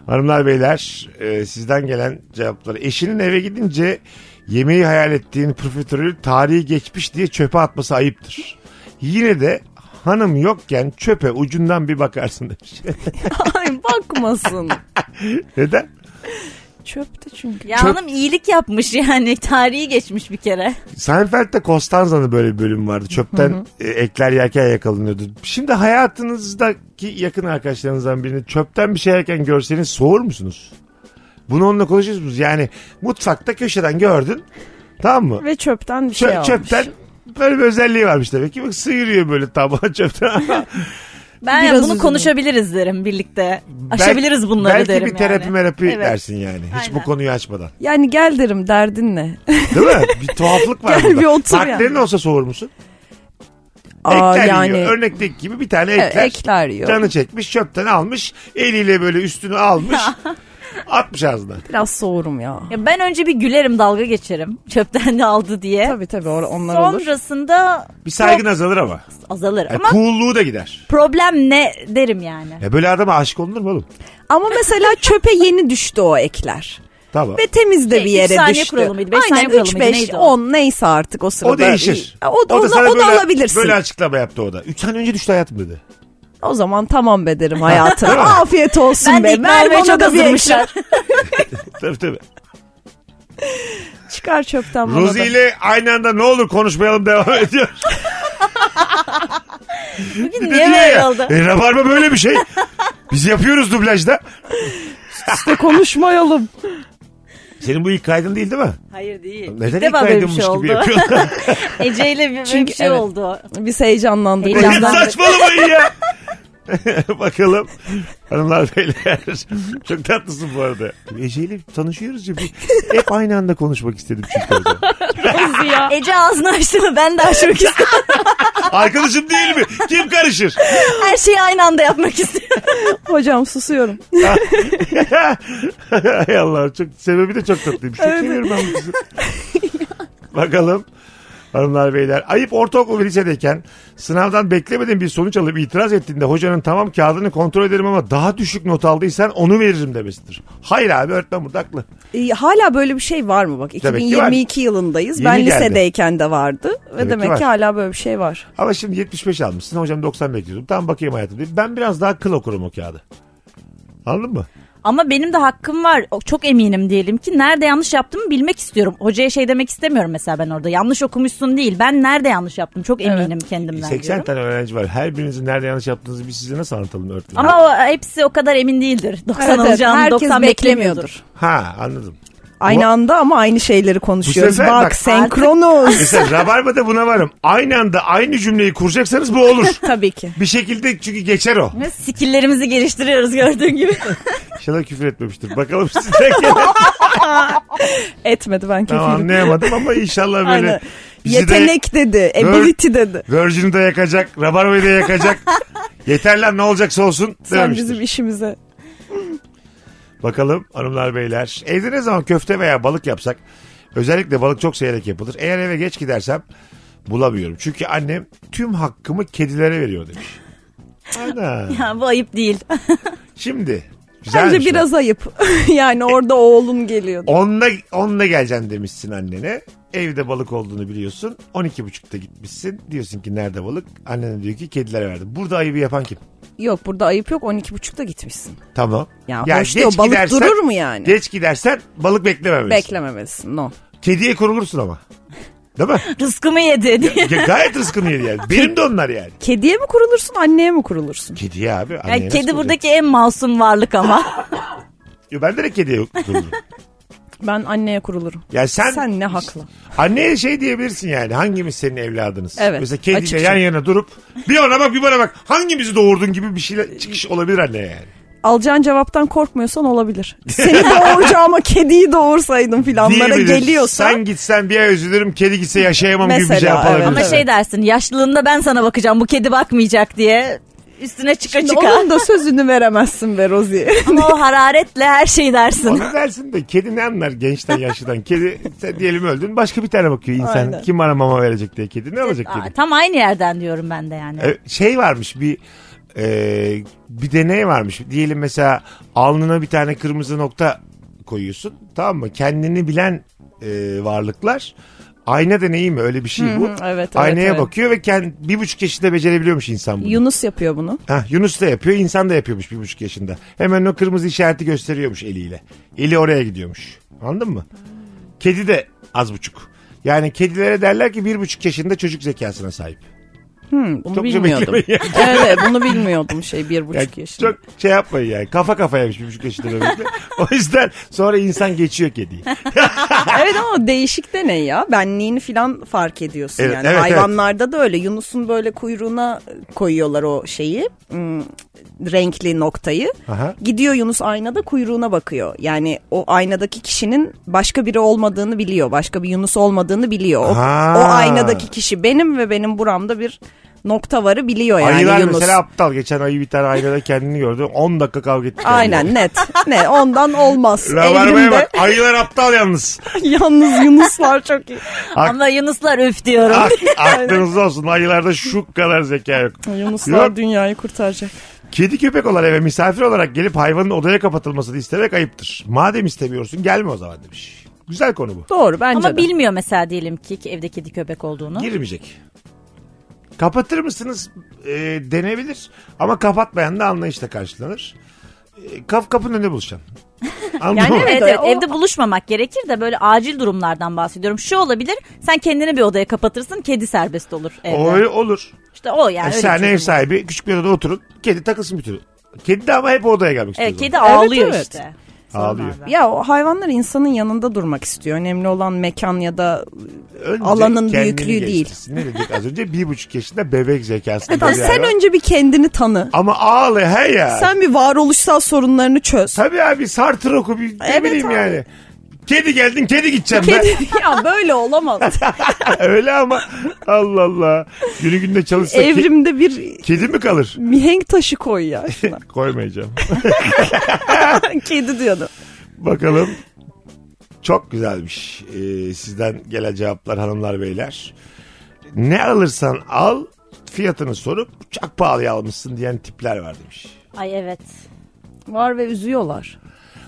Speaker 3: hanımlar beyler e, sizden gelen cevapları. Eşinin eve gidince yemeği hayal ettiğin profiterol tarihi geçmiş diye çöpe atması ayıptır. Yine de hanım yokken çöpe ucundan bir bakarsın demiş.
Speaker 4: Ay bakmasın.
Speaker 3: Neden?
Speaker 4: Çöpte çünkü.
Speaker 5: Ya hanım iyilik yapmış yani. Tarihi geçmiş bir kere.
Speaker 3: Seinfeld'de Costanza'nın böyle bir bölüm vardı. Çöpten e, ekler yerken yakalanıyordu. Şimdi hayatınızdaki yakın arkadaşlarınızdan birini çöpten bir şey yerken görseniz soğur musunuz? Bunu onunla konuşuyoruz musunuz? Yani mutfakta köşeden gördün. Tamam mı?
Speaker 4: Ve çöpten bir şey
Speaker 3: Çö-
Speaker 4: almış.
Speaker 3: çöpten böyle bir özelliği varmış demek ki. Bak sıyırıyor böyle tabağı çöpten ama
Speaker 5: Ben
Speaker 4: Biraz
Speaker 5: bunu
Speaker 4: üzüldüm.
Speaker 5: konuşabiliriz derim birlikte.
Speaker 3: Belki-
Speaker 5: Aşabiliriz bunları
Speaker 3: belki
Speaker 5: derim
Speaker 3: bir terapi
Speaker 5: yani.
Speaker 3: merapi
Speaker 5: Evet.
Speaker 3: dersin yani. Hiç bu
Speaker 5: Aynen.
Speaker 3: konuyu açmadan.
Speaker 4: Yani gel derim derdin ne?
Speaker 3: Değil mi? Bir tuhaflık var
Speaker 4: Gel
Speaker 3: burada.
Speaker 4: bir otur
Speaker 3: Partilerin
Speaker 4: yani.
Speaker 3: olsa soğur musun?
Speaker 4: Aa,
Speaker 3: ekler
Speaker 4: yani
Speaker 3: yiyor. Örnekteki gibi bir tane
Speaker 4: Evet,
Speaker 3: ekler.
Speaker 4: ekler yiyor.
Speaker 3: Canı çekmiş çöpten almış. Eliyle böyle üstünü almış. atmış ağzına.
Speaker 4: biraz soğurum ya.
Speaker 5: Ya ben önce bir gülerim dalga geçerim. Çöpten de aldı diye.
Speaker 4: Tabii tabii or- onlar olur.
Speaker 5: Sonrasında
Speaker 3: Bir saygın azalır ama.
Speaker 5: azalır.
Speaker 3: Yani
Speaker 5: Ama
Speaker 3: cool'luğu da gider.
Speaker 5: problem ne derim yani.
Speaker 3: Ya böyle adama aşık olunur mu oğlum?
Speaker 4: Ama mesela çöpe yeni düştü o ekler.
Speaker 3: Tamam.
Speaker 4: Ve temiz de
Speaker 5: Şey,
Speaker 4: bir
Speaker 5: üç
Speaker 4: yere
Speaker 5: saniye
Speaker 4: düştü.
Speaker 5: kuralı mıydı, beş saniye
Speaker 4: Aynen
Speaker 5: kuralı
Speaker 4: 3
Speaker 5: mıydı,
Speaker 4: 5
Speaker 5: neydi o?
Speaker 4: 10 neyse artık o sırada.
Speaker 3: o değişir.
Speaker 4: O, da, o, da,
Speaker 3: sana
Speaker 4: o da
Speaker 3: böyle-
Speaker 4: alabilirsin.
Speaker 3: Böyle açıklama yaptı o da. 3 sene önce düştü hayatım dedi.
Speaker 4: O zaman tamam be derim hayatım. Afiyet olsun
Speaker 5: Ben de
Speaker 4: be.
Speaker 5: ikna olmaya
Speaker 4: ona
Speaker 5: çok
Speaker 4: da bir
Speaker 5: hazırmışım.
Speaker 4: ekler.
Speaker 3: Tabii tabii.
Speaker 4: Çıkar çöpten bana
Speaker 3: Rozi
Speaker 4: da.
Speaker 3: ile aynı anda ne olur konuşmayalım devam ediyor.
Speaker 5: Bugün
Speaker 3: Bir de
Speaker 5: niye
Speaker 3: diyor
Speaker 5: böyle
Speaker 3: ya,
Speaker 5: oldu?
Speaker 3: E, rabarba böyle bir şey. Biz yapıyoruz dublajda.
Speaker 4: İşte konuşmayalım.
Speaker 3: Senin bu ilk kaydın değil değil mi?
Speaker 5: Hayır değil.
Speaker 3: Neden
Speaker 5: İlk
Speaker 3: ilk
Speaker 5: defa böyle bir
Speaker 3: kaydınmış gibi
Speaker 5: şey oldu.
Speaker 3: yapıyorsun?
Speaker 5: Ece ile bir, böyle bir
Speaker 4: Çünkü-
Speaker 5: şey
Speaker 4: evet.
Speaker 5: oldu.
Speaker 4: Biz heyecanlandık.
Speaker 5: Heyecan-
Speaker 4: Birazdan-
Speaker 3: Saçmalamayın ya. Bakalım hanımlar beyler. Çok tatlısın bu arada. Ece'yle tanışıyoruz ya. Bir- Hep aynı anda konuşmak istedim çünkü. o zaman.
Speaker 5: Ece ağzını açtı mı ben de açmak istiyorum.
Speaker 3: Arkadaşım değil mi? Kim karışır?
Speaker 5: Her şeyi aynı anda yapmak istiyorum.
Speaker 4: Hocam susuyorum.
Speaker 3: Hay Allah çok sebebi de çok tatlıymış. Çok seviyorum ben bu kızı. Bakalım hanımlar beyler. Ayıp ortaokul ve lisedeyken sınavdan beklemediğin bir sonuç alıp itiraz ettiğinde hocanın tamam kağıdını kontrol ederim ama daha düşük not aldıysan onu veririm demesidir. Hayır abi öğretmen burada haklı.
Speaker 4: Ee, hala böyle bir şey var mı bak?
Speaker 3: Demek ki var.
Speaker 4: 2022 yılındayız.
Speaker 3: Yeni
Speaker 4: ben
Speaker 3: geldi.
Speaker 4: lisedeyken de vardı. Ve
Speaker 3: Demek ki
Speaker 4: demek
Speaker 3: var.
Speaker 4: ki hala böyle bir şey var.
Speaker 3: Ama şimdi 75 almışsın hocam 90 bekliyordum. Tamam bakayım hayatım diye. Ben biraz daha kıl okurum o kağıdı. Anladın mı?
Speaker 5: Ama benim de hakkım var. O- Çok eminim diyelim ki nerede yanlış yaptığımı bilmek istiyorum. Hocaya şey demek istemiyorum mesela ben orada. Yanlış okumuşsun değil. Ben nerede yanlış yaptım çok eminim kendimden
Speaker 3: 80
Speaker 5: diyorum.
Speaker 3: tane öğrenci var. Her birinizin nerede yanlış yaptığınızı biz size nasıl anlatalım öğretmenim?
Speaker 5: Ama o, e, hepsi o kadar emin değildir. 90
Speaker 4: Evet, evet.
Speaker 5: alacağını
Speaker 4: Herkes
Speaker 5: 90 beklemiyordur.
Speaker 4: beklemiyordur.
Speaker 3: Ha anladım.
Speaker 4: Aynı
Speaker 3: Bu-
Speaker 4: anda ama aynı şeyleri konuşuyoruz.
Speaker 3: sefer
Speaker 4: bak,
Speaker 3: bak-
Speaker 4: senkronuz.
Speaker 3: Mesela Rabarba'da buna varım. Aynı anda aynı cümleyi kuracaksanız bu olur.
Speaker 4: Tabii ki.
Speaker 3: Bir şekilde çünkü geçer o.
Speaker 5: Ve skilllerimizi geliştiriyoruz gördüğün gibi.
Speaker 3: İnşallah küfür etmemiştir. Bakalım sizden gelen.
Speaker 4: Etmedi
Speaker 3: Tamam
Speaker 4: ben kefilim.
Speaker 3: anlayamadım ama inşallah böyle
Speaker 4: Aynen.
Speaker 3: bizi de
Speaker 4: Yetenek dedi, ability dedi.
Speaker 3: Virgin'i de yakacak, Rabarba'yı da yakacak. Yeter lan ne olacaksa olsun
Speaker 4: Sen
Speaker 3: dememiştir.
Speaker 4: bizim işimize.
Speaker 3: Bakalım hanımlar beyler. Evde ne zaman köfte veya balık yapsak özellikle balık çok seyrek yapılır. Eğer eve geç gidersem bulamıyorum. Çünkü annem tüm hakkımı kedilere veriyor demiş. Ana.
Speaker 5: Ya bu ayıp değil.
Speaker 3: Şimdi güzelmiş
Speaker 4: Bence
Speaker 3: bak.
Speaker 4: biraz ayıp. yani orada oğlun geliyordu.
Speaker 3: Onunla, onunla geleceğim demişsin annene. Evde balık olduğunu biliyorsun. 12.30'da gitmişsin. Diyorsun ki nerede balık? Annene diyor ki kedilere verdim. Burada ayıbı yapan kim?
Speaker 4: Yok burada ayıp yok 12.30'da gitmişsin.
Speaker 3: Tamam.
Speaker 4: Ya hoş diyor, balık durur mu yani?
Speaker 3: Geç gidersen balık beklememelisin.
Speaker 4: Beklememelisin no.
Speaker 3: Kediye kurulursun ama. Değil mi?
Speaker 5: Rızkımı yedi diye.
Speaker 3: Ya gayet rızkını yedi yani. Benim de onlar yani.
Speaker 4: Kediye mi kurulursun anneye mi kurulursun?
Speaker 3: Kediye abi.
Speaker 5: Ya
Speaker 3: anneye nasıl
Speaker 5: kedi
Speaker 3: kurulur?
Speaker 5: buradaki en masum varlık ama.
Speaker 3: Yo, ben de kediye kururum.
Speaker 4: Ben anneye kurulurum.
Speaker 3: Ya sen-
Speaker 4: sen ne haklı?
Speaker 3: Anneye şey diyebilirsin yani hangimiz senin evladınız?
Speaker 4: Evet, şey.
Speaker 3: Mesela kediyle
Speaker 4: açıkça.
Speaker 3: yan yana durup bir ona bak bir bana bak hangimizi doğurdun gibi bir şeyler çıkış olabilir anneye yani.
Speaker 4: Alacağın cevaptan korkmuyorsan olabilir. Seni doğuracağıma kediyi doğursaydım filanlara
Speaker 3: Diyebilir.
Speaker 4: geliyorsa.
Speaker 3: Sen gitsen bir ay üzülürüm kedi gitse yaşayamam gibi bir şey
Speaker 4: Mesela,
Speaker 3: yapabilir.
Speaker 4: evet.
Speaker 5: Ama şey dersin yaşlılığında ben sana bakacağım bu kedi bakmayacak diye üstüne çıka
Speaker 4: Şimdi
Speaker 5: çıka.
Speaker 4: Onun da sözünü veremezsin be Rozi.
Speaker 5: Ama o hararetle her şey dersin.
Speaker 3: Onu dersin de kedi ne anlar gençten yaşlıdan. Kedi sen diyelim öldün başka bir tane bakıyor insan.
Speaker 4: Aynen.
Speaker 3: Kim bana mama verecek diye kedi. Ne alacak
Speaker 5: Aa,
Speaker 3: kedi?
Speaker 5: tam aynı yerden diyorum ben de yani.
Speaker 3: E, şey varmış bir e, bir deney varmış. Diyelim mesela alnına bir tane kırmızı nokta koyuyorsun. Tamam mı? Kendini bilen e, varlıklar ayna deneyi mi? Öyle bir şey bu.
Speaker 4: evet, evet,
Speaker 3: Aynaya
Speaker 4: evet.
Speaker 3: bakıyor ve kend, bir buçuk yaşında becerebiliyormuş insan bunu.
Speaker 4: Yunus yapıyor bunu.
Speaker 3: Hah, Yunus da yapıyor, insan da yapıyormuş bir buçuk yaşında. Hemen o kırmızı işareti gösteriyormuş eliyle. Eli oraya gidiyormuş. Anladın mı? Kedi de az buçuk. Yani kedilere derler ki bir buçuk yaşında çocuk zekasına sahip.
Speaker 4: Hmm, bunu
Speaker 3: Çok güzel
Speaker 4: bilmiyordum.
Speaker 3: beklemeyin.
Speaker 4: evet bunu bilmiyordum şey bir
Speaker 3: Yani
Speaker 4: buçuk yaşında.
Speaker 3: çok şey yapmayın yani. Kafa kafayaymış bir buçuk yaşında bebekle. o yüzden sonra insan geçiyor kediyi.
Speaker 4: Ah, evet ama değişik de ne ya? Benliğini filan fark ediyorsun
Speaker 3: Evet,
Speaker 4: yani.
Speaker 3: evet,
Speaker 4: Hayvanlarda da öyle. Yunus'un böyle kuyruğuna koyuyorlar o şeyi. hmm, renkli noktayı.
Speaker 3: Aha.
Speaker 4: Gidiyor Yunus aynada kuyruğuna bakıyor. Yani o aynadaki kişinin başka biri olmadığını biliyor. Başka bir Yunus olmadığını biliyor. O,
Speaker 3: Ha.
Speaker 4: o aynadaki kişi benim ve benim buramda bir nokta varı biliyor yani
Speaker 3: Ayılar
Speaker 4: Yunus.
Speaker 3: mesela aptal. Geçen ayı bir tane aynada kendini gördü. 10 dakika kavga ettik.
Speaker 4: Aynen net. ne ondan olmaz.
Speaker 3: Rabarbaya
Speaker 4: Evrimde
Speaker 3: bak. Ayılar aptal yalnız.
Speaker 4: yalnız Yunuslar çok iyi.
Speaker 5: Ama Yunuslar öf diyorum.
Speaker 3: Ak- Ah, aklınızda olsun. Ayılarda şu kadar zeka yok.
Speaker 4: Yunuslar
Speaker 3: Yok.
Speaker 4: dünyayı kurtaracak.
Speaker 3: Kedi köpek olan eve misafir olarak gelip hayvanın odaya kapatılmasını istemek ayıptır. Madem istemiyorsun gelme o zaman demiş. Güzel konu bu.
Speaker 4: Doğru bence
Speaker 5: Ama
Speaker 4: de.
Speaker 5: bilmiyor mesela diyelim ki evde kedi köpek olduğunu.
Speaker 3: Girmeyecek. Kapatır mısınız e, denebilir ama kapatmayan da anlayışla karşılanır. E, kaf kapının önünde buluşacaksın. Anladın
Speaker 5: Yani
Speaker 3: mı?
Speaker 5: evet,
Speaker 4: Evet,
Speaker 5: evet,
Speaker 4: o-
Speaker 5: evde buluşmamak gerekir de böyle acil durumlardan bahsediyorum. Şu olabilir sen kendini bir odaya kapatırsın kedi serbest olur evde.
Speaker 3: O öyle olur.
Speaker 5: İşte o yani.
Speaker 3: E,
Speaker 5: öyle
Speaker 3: sen
Speaker 5: bir
Speaker 3: ev
Speaker 5: çözüm.
Speaker 3: sahibi küçük bir odada oturun. Kedi takılsın bütün. Kedi de ama hep odaya gelmek istiyor.
Speaker 5: Evet,
Speaker 3: zaten.
Speaker 5: kedi ağlıyor
Speaker 4: evet.
Speaker 5: işte.
Speaker 3: Ağlıyor.
Speaker 5: Sonlarda.
Speaker 4: Ya o hayvanlar insanın yanında durmak istiyor. Önemli olan mekan ya da
Speaker 3: Önce
Speaker 4: alanın
Speaker 3: kendini
Speaker 4: büyüklüğü değil.
Speaker 3: geliştirsin. Ne dedik az önce? Bir buçuk yaşında bebek zekası.
Speaker 4: Hatta sen önce bir kendini tanı.
Speaker 3: Ama ağla he ya.
Speaker 4: Sen bir varoluşsal sorunlarını çöz.
Speaker 3: Tabii abi Sartre oku bir ne
Speaker 4: Evet
Speaker 3: bileyim
Speaker 4: abi.
Speaker 3: yani. Kedi geldin kedi gideceğim
Speaker 4: Kedi ya böyle olamaz.
Speaker 3: ben. Öyle ama Allah Allah. Günü günde çalışsa ke-
Speaker 4: Evrimde bir
Speaker 3: kedi mi kalır?
Speaker 4: mihenk taşı koy ya şuna.
Speaker 3: Koymayacağım.
Speaker 4: Kedi diyordu.
Speaker 3: Bakalım. Çok güzelmiş. Ee, sizden gelen cevaplar hanımlar beyler. Ne alırsan al fiyatını sorup çok pahalıya almışsın diyen tipler var demiş.
Speaker 5: Ay evet.
Speaker 4: Var ve üzüyorlar.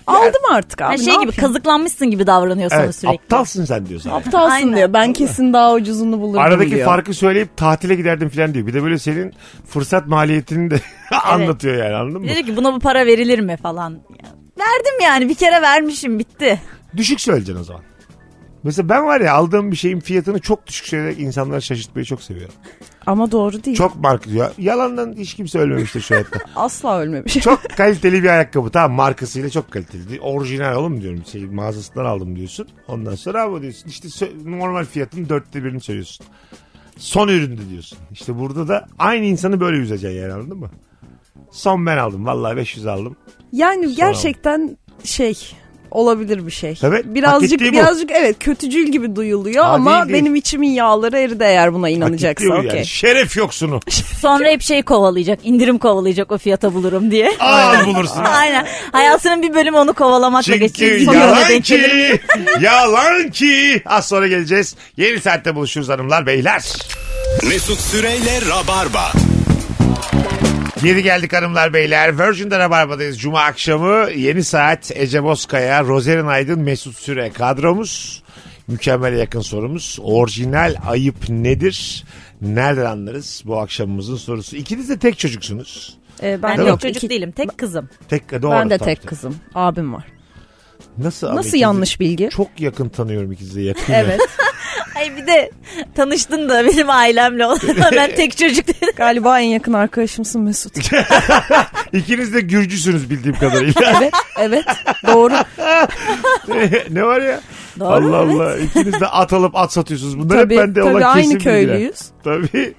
Speaker 4: Aldım artık abi.
Speaker 5: Ha,
Speaker 4: ne
Speaker 5: şey gibi
Speaker 4: yapayım?
Speaker 5: kazıklanmışsın gibi davranıyor sana
Speaker 3: Evet,
Speaker 5: sürekli.
Speaker 3: aptalsın sen diyor sana.
Speaker 4: Aptalsın
Speaker 5: Aynen.
Speaker 4: diyor. Ben kesin daha ucuzunu bulurum
Speaker 3: Aradaki
Speaker 4: diyor.
Speaker 3: farkı söyleyip tatile giderdim falan diyor. Bir de böyle senin fırsat maliyetini de anlatıyor yani anladın mı?
Speaker 5: Dedi ki buna bu para verilir mi falan. Ya, Verdim yani bir kere vermişim bitti.
Speaker 3: Düşük söyleyeceksin o zaman. Mesela ben var ya aldığım bir şeyin fiyatını çok düşük söyleyerek insanları şaşırtmayı çok seviyorum.
Speaker 4: Ama doğru değil.
Speaker 3: Çok marka ya. Yalandan hiç kimse ölmemiştir şu hayatta.
Speaker 4: Asla ölmemiş.
Speaker 3: Çok kaliteli bir ayakkabı tamam markasıyla çok kaliteli. Orijinal oğlum diyorum şey, mağazasından aldım diyorsun. Ondan sonra ama diyorsun işte sö- normal fiyatın dörtte birini söylüyorsun. Son üründü diyorsun. İşte burada da aynı insanı böyle yüzeceksin yani anladın mı? Son ben aldım vallahi 500 aldım.
Speaker 4: Yani gerçekten şey olabilir bir şey.
Speaker 3: Evet, hak
Speaker 4: birazcık
Speaker 3: ettiği bu.
Speaker 4: birazcık evet kötücül gibi duyuluyor
Speaker 3: Aa,
Speaker 4: ama
Speaker 3: değil, değil.
Speaker 4: benim içimin yağları eridi eğer buna
Speaker 3: Hak
Speaker 4: inanacaksa.
Speaker 3: ediyor yani.
Speaker 4: okey.
Speaker 3: Şeref yoksunu.
Speaker 5: Sonra hep şey kovalayacak indirim kovalayacak o fiyata bulurum diye.
Speaker 3: Al bulursun.
Speaker 5: Aynen. Hayatının bir bölümü onu kovalamakla
Speaker 3: Çünkü
Speaker 5: geçecek. Sonra ona
Speaker 3: yalan
Speaker 5: denk gelir.
Speaker 3: ki. yalan ki. Az sonra geleceğiz. Yeni saatte buluşuruz hanımlar beyler.
Speaker 2: Mesut Süreyle Rabarba.
Speaker 3: Geri geldik hanımlar beyler. Virgin'de Rabarba'dayız. Cuma akşamı yeni saat Ece Bozkaya, Rozerin Aydın, Mesut Süre kadromuz. Mükemmel yakın sorumuz. Orijinal ayıp nedir? Nereden anlarız bu akşamımızın sorusu? İkiniz de tek çocuksunuz.
Speaker 4: Ee,
Speaker 5: Ben
Speaker 4: ben
Speaker 3: Değil
Speaker 5: tek
Speaker 3: mi?
Speaker 4: yok,
Speaker 5: çocuk
Speaker 4: iki-
Speaker 5: değilim tek kızım.
Speaker 3: Tek, doğru,
Speaker 4: ben de
Speaker 3: tabii,
Speaker 4: tek
Speaker 3: tabii.
Speaker 4: kızım. Abim var.
Speaker 3: Nasıl, abi
Speaker 4: Nasıl
Speaker 3: ikinizi-
Speaker 4: yanlış bilgi?
Speaker 3: Çok yakın tanıyorum ikinizi de yakın. ya.
Speaker 4: Evet.
Speaker 5: Ay bir de tanıştın da benim ailemle o zaman ben tek çocuk dedim.
Speaker 4: Galiba en yakın arkadaşımsın Mesut.
Speaker 3: İkiniz de Gürcüsünüz bildiğim kadarıyla.
Speaker 4: Evet, evet. Doğru.
Speaker 3: ne var ya?
Speaker 5: Doğru,
Speaker 3: Allah
Speaker 5: evet.
Speaker 3: Allah. İkiniz de at alıp at satıyorsunuz. Bunlar
Speaker 4: tabii
Speaker 3: hep bende olan
Speaker 4: tabii
Speaker 3: kesin
Speaker 4: aynı
Speaker 3: bilgiler.
Speaker 4: köylüyüz.
Speaker 3: Tabii.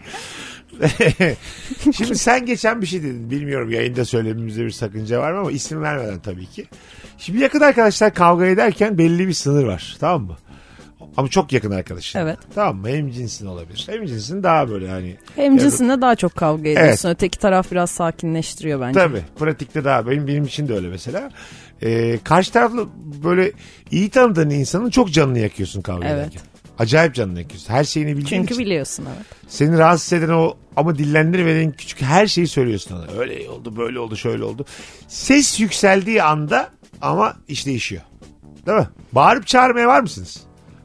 Speaker 3: Şimdi sen geçen bir şey dedin. Bilmiyorum yayında söylememizde bir sakınca var mı ama isim vermeden tabii ki. Şimdi yakın arkadaşlar kavga ederken belli bir sınır var. Tamam mı? Ama çok yakın arkadaşın.
Speaker 4: Evet.
Speaker 3: Tamam mı? Hem cinsin olabilir. Hem cinsin daha böyle hani.
Speaker 4: Hem cinsinde daha çok kavga ediyorsun. Öteki taraf biraz sakinleştiriyor bence.
Speaker 3: Tabii. Pratikte daha benim benim için de öyle mesela. Ee, karşı taraflı böyle iyi tanıdığın insanın çok canını yakıyorsun kavga
Speaker 4: Evet.
Speaker 3: ederken. Acayip canını yakıyorsun. Her şeyini bildiğin için.
Speaker 4: Çünkü biliyorsun evet.
Speaker 3: Seni rahatsız eden o ama dillendirmeden küçük her şeyi söylüyorsun ona. Öyle oldu, böyle oldu, şöyle oldu. Ses yükseldiği anda ama iş değişiyor. Değil mi? Bağırıp çağırmaya var mısınız?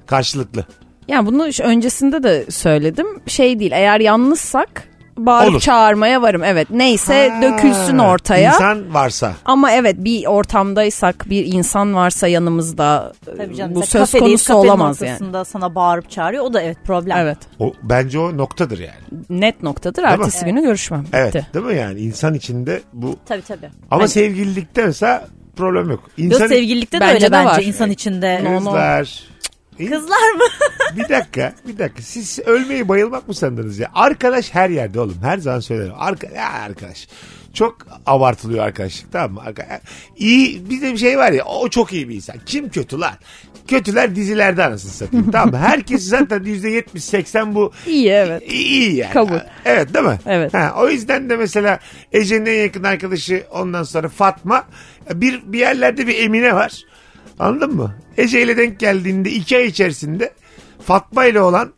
Speaker 3: Karşılıklı.
Speaker 4: Yani bunu ş- öncesinde de söyledim. Şey değil eğer yalnızsak bağırıp
Speaker 3: Olur.
Speaker 4: çağırmaya varım. Evet neyse dökülsün ortaya.
Speaker 3: İnsan varsa.
Speaker 4: Ama evet bir ortamdaysak bir insan varsa yanımızda e,
Speaker 5: Tabii canım.
Speaker 4: bu
Speaker 5: Mesela
Speaker 4: söz
Speaker 5: kafedeyiz,
Speaker 4: konusu
Speaker 5: kafenin
Speaker 4: olamaz yani.
Speaker 5: ortasında sana bağırıp çağırıyor. O da evet problem.
Speaker 4: Evet
Speaker 3: O, bence o noktadır yani.
Speaker 4: net noktadır.
Speaker 3: mi?
Speaker 4: Ertesi günü görüşmem.
Speaker 3: Evet.
Speaker 4: Bitti.
Speaker 3: Değil mi yani? İnsan içinde bu.
Speaker 5: Tabii tabii.
Speaker 3: Ama sevgililikte mesela problem yok.
Speaker 5: Yok
Speaker 3: İnsan
Speaker 5: sevgililikte de
Speaker 4: Bence
Speaker 5: öyle
Speaker 4: de
Speaker 5: bence
Speaker 4: var.
Speaker 5: insan içinde.
Speaker 3: Kızlar. Kız...
Speaker 5: Kızlar mı?
Speaker 3: Bir dakika, bir dakika. Siz ölmeyi bayılmak mı sandınız ya? Arkadaş her yerde oğlum. Her zaman söylerim. Arka, ya arkadaş. Çok abartılıyor arkadaşlık tamam mı? Arka- iyi bir de bir şey var ya o çok iyi bir insan. Kim kötü lan? Kötüler dizilerde anasını satayım tamam mı? Herkes zaten %70-80 bu
Speaker 4: İyi evet.
Speaker 3: İyi- İyi yani.
Speaker 4: Kabul.
Speaker 3: Evet değil mi?
Speaker 4: Evet.
Speaker 3: Ha, o yüzden de mesela Ece'nin en yakın arkadaşı ondan sonra Fatma. Bir, bir yerlerde bir Emine var. Anladın mı? Ece ile denk geldiğinde iki ay içerisinde Fatma ile olan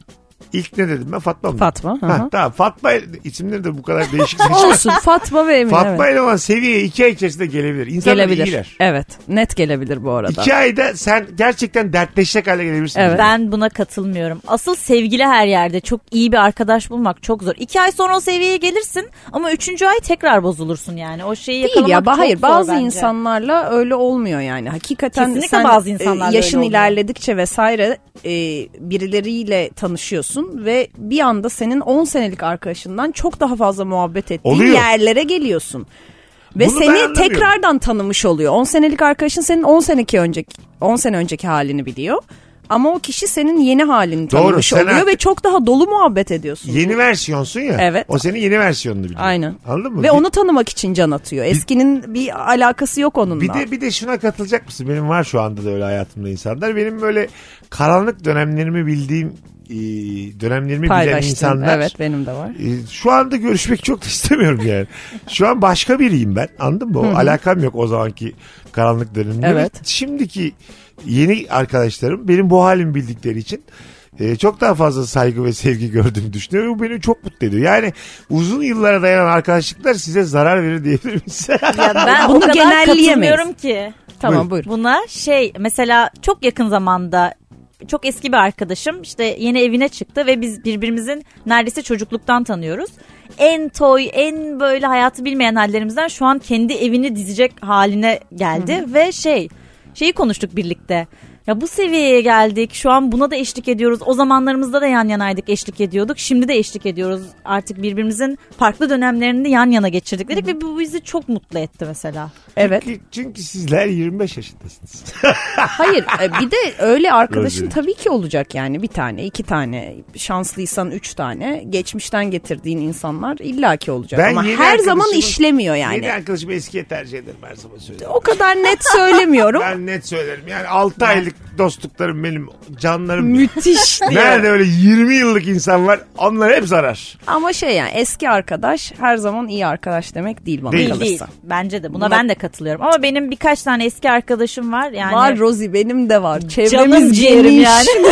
Speaker 3: ilk ne dedim ben? Fatma mı?
Speaker 4: Fatma, hı
Speaker 3: Ha,
Speaker 4: hı.
Speaker 3: tamam Fatma ile- isimleri de bu kadar değişik. seçmez.
Speaker 4: Olsun Fatma ve Emine.
Speaker 3: Fatma
Speaker 4: evet.
Speaker 3: ile olan seviye iki ay içerisinde gelebilir. İnsanlar
Speaker 4: Gelebilir.
Speaker 3: iyiler.
Speaker 4: Evet net gelebilir bu arada.
Speaker 3: İki ayda sen gerçekten dertleşecek hale gelebilirsin.
Speaker 4: Evet.
Speaker 5: Ben buna katılmıyorum. Asıl sevgili her yerde çok iyi bir arkadaş bulmak çok zor. İki ay sonra o seviyeye gelirsin ama üçüncü ay tekrar bozulursun yani. O şeyi
Speaker 4: Değil ya
Speaker 5: yakalamak
Speaker 4: ba-
Speaker 5: çok
Speaker 4: hayır
Speaker 5: zor
Speaker 4: bazı
Speaker 5: bence.
Speaker 4: insanlarla öyle olmuyor yani. Hakikaten
Speaker 5: Kesinlikle
Speaker 4: sen
Speaker 5: bazı insanlarla
Speaker 4: e, yaşın
Speaker 5: öyle oluyor.
Speaker 4: ilerledikçe vesaire e, birileriyle tanışıyorsun ve bir anda senin 10 senelik arkadaşından çok daha fazla muhabbet ettiğin
Speaker 3: Oluyor.
Speaker 4: yerlere geliyorsun. Ve
Speaker 3: Bunu ben
Speaker 4: seni
Speaker 3: anlamıyorum.
Speaker 4: tekrardan tanımış oluyor. 10 senelik arkadaşın senin 10 seneki önceki 10 sene önceki halini biliyor. Ama o kişi senin yeni halini
Speaker 3: Doğru,
Speaker 4: tanımış
Speaker 3: sen
Speaker 4: oluyor
Speaker 3: artık-
Speaker 4: ve çok daha dolu muhabbet ediyorsun.
Speaker 3: Yeni versiyonsun ya.
Speaker 4: Evet.
Speaker 3: O senin yeni versiyonunu biliyor.
Speaker 4: Aynen.
Speaker 3: Anladın mı?
Speaker 4: Ve
Speaker 3: Bir-
Speaker 4: onu tanımak için can atıyor. Eskinin bir alakası yok onunla.
Speaker 3: Bir de bir de şuna katılacak mısın? Benim var şu anda da öyle hayatımda insanlar. Benim böyle karanlık dönemlerimi bildiğim e, dönemlerimi bilen
Speaker 4: paylaştım.
Speaker 3: insanlar.
Speaker 4: Evet benim de var.
Speaker 3: E, şu anda görüşmek çok da istemiyorum yani. şu an başka biriyim ben. Anladın mı? O alakam yok o zamanki karanlık dönemimle.
Speaker 4: Evet.
Speaker 3: Şimdiki yeni arkadaşlarım benim bu halimi bildikleri için e, çok daha fazla saygı ve sevgi gördüğümü düşünüyorum. Bu beni çok mutlu ediyor. Yani uzun yıllara dayanan arkadaşlıklar size zarar verir diyebilir miyiz?
Speaker 5: Ya ben
Speaker 4: Bunu
Speaker 5: o kadar
Speaker 4: genelleyemeyiz.
Speaker 5: katılmıyorum ki.
Speaker 4: Tamam buyur.
Speaker 5: Buna şey mesela çok yakın zamanda çok eski bir arkadaşım işte yeni evine çıktı ve biz birbirimizin neredeyse çocukluktan tanıyoruz. En toy, en böyle hayatı bilmeyen hallerimizden şu an kendi evini dizecek haline geldi ve şey şeyi konuştuk birlikte. Ya bu seviyeye geldik. Şu an buna da eşlik ediyoruz. O zamanlarımızda da yan yanaydık, eşlik ediyorduk. Şimdi de eşlik ediyoruz. Artık birbirimizin farklı dönemlerini yan yana geçirdik dedik ve bu bizi çok mutlu etti mesela.
Speaker 4: Evet.
Speaker 3: Çünkü, çünkü sizler 25 yaşındasınız.
Speaker 4: Hayır e, bir de öyle arkadaşın
Speaker 3: Rosie.
Speaker 4: tabii ki olacak yani bir tane iki tane şanslıysan üç tane geçmişten getirdiğin insanlar illaki olacak
Speaker 3: Ben
Speaker 4: ama
Speaker 3: yeni
Speaker 4: her zaman
Speaker 3: arkadaşımın-
Speaker 4: işlemiyor yani.
Speaker 3: Yeni arkadaşımı eskiye tercih ederim her zaman söylüyorum.
Speaker 4: O kadar net söylemiyorum.
Speaker 3: Ben net söylerim. Yani 6 aylık dostluklarım benim canlarım.
Speaker 4: Müthiş diye.
Speaker 3: Nerede öyle 20 yıllık insan var onlar hep zarar.
Speaker 4: Ama şey yani eski arkadaş her zaman iyi arkadaş demek değil bana
Speaker 3: Değil.
Speaker 5: Değil,
Speaker 4: kalırsa.
Speaker 5: değil. Bence de. Buna,
Speaker 4: Buna-
Speaker 5: ben de katılıyorum. Ama benim birkaç tane eski arkadaşım var. Yani
Speaker 4: Var Rozi benim de var.
Speaker 5: Canım
Speaker 4: Çevremiz
Speaker 5: ciğerim
Speaker 4: geniş.
Speaker 5: yani.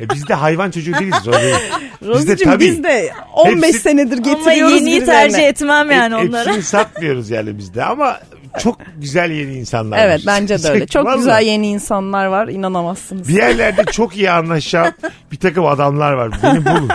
Speaker 3: E biz de hayvan çocuğu değiliz. Rozi. biz de
Speaker 4: Rozi'cim
Speaker 3: tabii.
Speaker 4: biz de 15
Speaker 3: Hepsi-
Speaker 4: senedir
Speaker 5: ama
Speaker 4: getiriyoruz
Speaker 5: yeniyi
Speaker 4: birilerine.
Speaker 5: tercih etmem yani
Speaker 3: hep-
Speaker 5: onlara.
Speaker 3: Hepsini satmıyoruz yani biz de ama çok güzel yeni insanlar var.
Speaker 4: Evet bence de öyle. Çok
Speaker 3: Vallahi.
Speaker 4: güzel yeni insanlar var inanamazsınız.
Speaker 3: Bir yerlerde çok iyi anlaşan bir takım adamlar var. Beni bulun.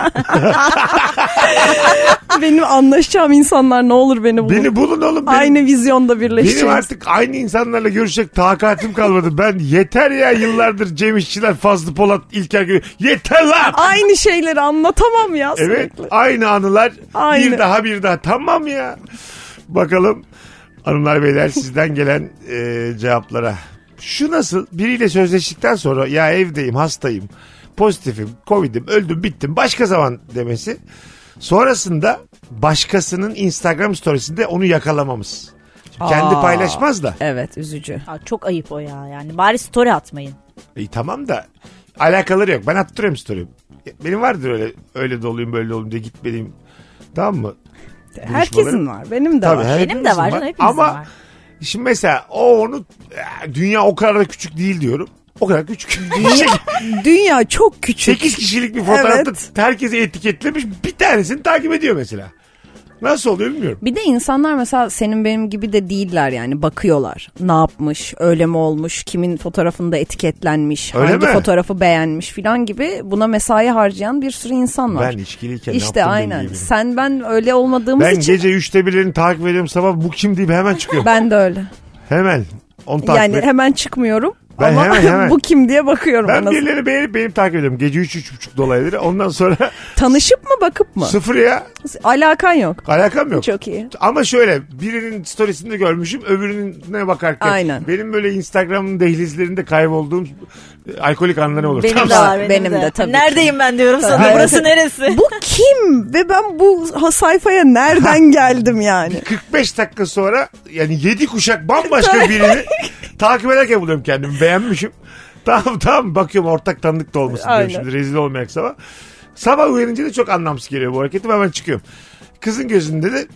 Speaker 4: Ah, Benim anlaşacağım insanlar ne olur beni bulun.
Speaker 3: Beni bulun oğlum. Benim,
Speaker 4: Aynı vizyonda
Speaker 3: Benim
Speaker 4: birleşeceğiz.
Speaker 3: artık aynı insanlarla görüşecek takatim kalmadı. Ben yeter ya yıllardır Cem İşçiler, Fazlı Polat, İlker gibi. Yeter lan!
Speaker 4: Aynı şeyleri anlatamam ya
Speaker 3: Evet
Speaker 4: sürekli.
Speaker 3: aynı anılar
Speaker 4: Aynı.
Speaker 3: bir daha bir daha tamam ya. Bakalım Hanımlar beyler sizden gelen e, cevaplara. Şu nasıl biriyle sözleştikten sonra ya evdeyim hastayım pozitifim covid'im öldüm bittim başka zaman demesi. Sonrasında başkasının instagram storiesinde onu yakalamamız. Şimdi kendi
Speaker 4: Aa.
Speaker 3: paylaşmaz da.
Speaker 4: Evet üzücü.
Speaker 5: Aa, çok ayıp o ya yani. Bari story atmayın.
Speaker 3: E, tamam da alakaları yok ben attırıyorum story. E, Benim vardır öyle öyle doluyum böyle doluyum diye gitmediğim tamam mı?
Speaker 4: Herkesin var. Benim de
Speaker 3: Tabii,
Speaker 4: var.
Speaker 5: Benim de
Speaker 3: hepimizin
Speaker 5: var canım hepimizin
Speaker 3: Ama
Speaker 5: var.
Speaker 3: Şimdi mesela o onu "Ya, dünya o kadar da küçük değil diyorum. O kadar küçük.
Speaker 4: Dünya çok küçük.
Speaker 3: 8 kişilik bir fotoğrafta
Speaker 4: Evet.
Speaker 3: herkesi etiketlemiş bir tanesini takip ediyor mesela. Nasıl oluyor bilmiyorum.
Speaker 4: Bir de insanlar mesela senin benim gibi de değiller yani bakıyorlar. Ne yapmış, öyle mi olmuş, kimin fotoğrafında etiketlenmiş,
Speaker 3: Öyle
Speaker 4: hangi
Speaker 3: mi?
Speaker 4: fotoğrafı beğenmiş filan gibi buna mesai harcayan bir sürü insan var.
Speaker 3: Ben içkiliyken ne
Speaker 4: işte
Speaker 3: yaptım
Speaker 4: aynen.
Speaker 3: bilmiyorum.
Speaker 4: Sen ben öyle olmadığımız
Speaker 3: Ben
Speaker 4: için
Speaker 3: gece 3'te birilerini takip ediyorum sabah bu kim deyip hemen çıkıyorum.
Speaker 4: ben de öyle.
Speaker 3: hemen. Onu takip
Speaker 4: Yani
Speaker 3: et-
Speaker 4: hemen çıkmıyorum
Speaker 3: Ben
Speaker 4: ama
Speaker 3: hemen, hemen.
Speaker 4: bu kim diye bakıyorum. en
Speaker 3: Ben
Speaker 4: azından.
Speaker 3: birilerini beğenip benim takip ediyorum. Gece 3-3.30 dolayları. Ondan sonra
Speaker 4: Tanışıp mı bakıp mı?
Speaker 3: sıfır ya.
Speaker 4: Alakan yok.
Speaker 3: Alakam yok.
Speaker 4: Çok iyi.
Speaker 3: Ama şöyle birinin storiesini de görmüşüm öbürüne bakarken.
Speaker 4: Aynen.
Speaker 3: Benim böyle Instagram'ın dehlizlerinde kaybolduğum e, alkolik anları olur.
Speaker 5: Benim
Speaker 3: Tam
Speaker 5: de
Speaker 3: sana-
Speaker 5: var benim,
Speaker 4: Benim de
Speaker 5: de.
Speaker 4: tabii ki.
Speaker 5: Neredeyim ben diyorum sana
Speaker 4: Evet.
Speaker 5: burası neresi?
Speaker 4: Bu kim ve ben bu ha- sayfaya nereden geldim yani?
Speaker 3: 45 dakika sonra yani 7 kuşak bambaşka birini takip ederken buluyorum kendimi beğenmişim. Tamam tamam bakıyorum ortak tanıdık da olmasın diyorum
Speaker 4: Aynen.
Speaker 3: şimdi rezil olmayak sabah. Sabah uyanınca da çok anlamsız geliyor bu hareketim hemen çıkıyorum. Kızın gözünde de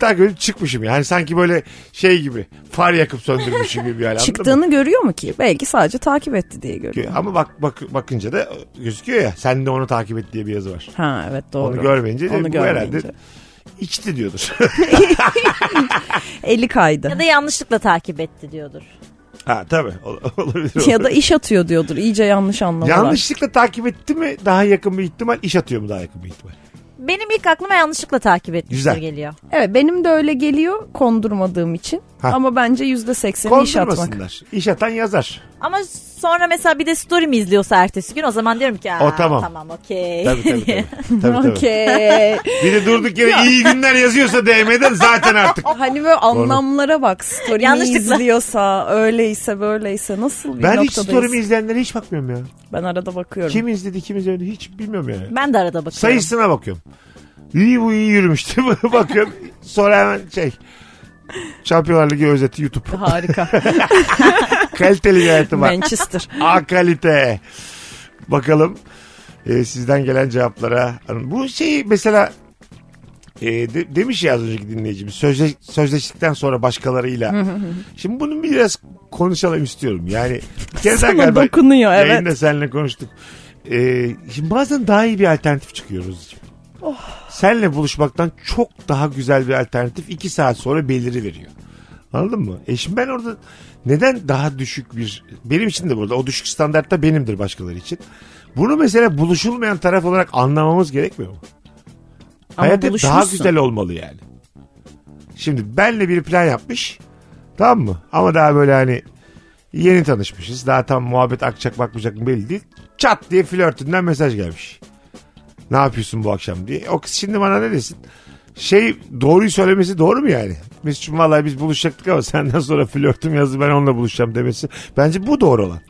Speaker 3: takip edip çıkmışım yani sanki böyle şey gibi far yakıp söndürmüşüm gibi yani anladın mı?
Speaker 4: Çıktığını görüyor mu ki? Belki sadece takip etti diye görüyor.
Speaker 3: Ama bak, bak bakınca da gözüküyor ya sen de onu takip et diye bir yazı var.
Speaker 4: Ha evet doğru.
Speaker 3: Onu görmeyince de
Speaker 4: Onu
Speaker 3: bu
Speaker 4: görmeyince.
Speaker 3: herhalde içti diyordur.
Speaker 4: Eli kaydı.
Speaker 5: Ya da yanlışlıkla takip etti diyordur.
Speaker 3: ha tabii Ol- olabilir.
Speaker 4: Ya da iş atıyor diyordur. İyice yanlış anlamalar.
Speaker 3: Yanlışlıkla takip etti mi daha yakın bir ihtimal iş atıyor mu daha yakın bir ihtimal?
Speaker 5: Benim ilk aklıma yanlışlıkla takip etmiştir
Speaker 3: Güzel.
Speaker 5: geliyor.
Speaker 4: Evet benim de öyle geliyor kondurmadığım için.
Speaker 3: Ha.
Speaker 4: Ama bence yüzde sekseni iş atmak.
Speaker 3: Kondurmasınlar. İş atan yazar.
Speaker 5: Ama sonra mesela bir de story mi izliyorsa ertesi gün o zaman diyorum ki Aa,
Speaker 3: O tamam."
Speaker 5: tamam okey.
Speaker 3: Tabii tabii tabii. tabii, tabii.
Speaker 4: Okey.
Speaker 3: Bir de durduk yere iyi günler yazıyorsa DM'den zaten artık.
Speaker 4: hani böyle anlamlara bak. Story'ni
Speaker 5: Yanlışlıkla.
Speaker 4: izliyorsa, öyleyse, böyleyse nasıl bir
Speaker 3: Ben hiç
Speaker 4: noktadayız?
Speaker 3: story'mi izleyenlere hiç bakmıyorum ya.
Speaker 4: Ben arada bakıyorum.
Speaker 3: Kim izledi kim izledi hiç bilmiyorum yani.
Speaker 5: Ben de arada bakıyorum.
Speaker 3: Sayısına bakıyorum. İyi bu iyi yürümüştü bakıyorum. Sonra hemen şey. Şampiyonlar Ligi özeti YouTube.
Speaker 4: Harika.
Speaker 3: Kaliteli bir hayatı var.
Speaker 4: Manchester.
Speaker 3: A kalite. Bakalım e, sizden gelen cevaplara. Bu şeyi mesela e, de- demiş ya az önceki dinleyicimiz sözle- sözleştikten sonra başkalarıyla. Şimdi bunu biraz konuşalım istiyorum. Yani bir kere daha
Speaker 4: Sana
Speaker 3: galiba
Speaker 4: dokunuyor, evet.
Speaker 3: yayında seninle konuştuk. E, şimdi bazen daha iyi bir alternatif çıkıyoruz.
Speaker 4: Oh.
Speaker 3: Senle buluşmaktan çok daha güzel bir alternatif iki saat sonra beliri veriyor. Anladın mı? E şimdi ben orada neden daha düşük bir benim için de burada o düşük standartta benimdir başkaları için. Bunu mesela buluşulmayan taraf olarak anlamamız gerekmiyor mu?
Speaker 4: Ama
Speaker 3: Hayat hep daha
Speaker 4: buluşmuşsun.
Speaker 3: güzel olmalı yani. Şimdi benle bir plan yapmış. Tamam mı? Ama daha böyle hani yeni tanışmışız. Daha tam muhabbet akacak bakmayacak mı belli değil. Çat diye flörtünden mesaj gelmiş. Ne yapıyorsun bu akşam diye. O kız şimdi bana ne desin? Şey doğruyu söylemesi doğru mu yani? Mesut'cum vallahi biz buluşacaktık ama senden sonra flörtüm yazdı ben onunla buluşacağım demesi. Bence bu doğru olan.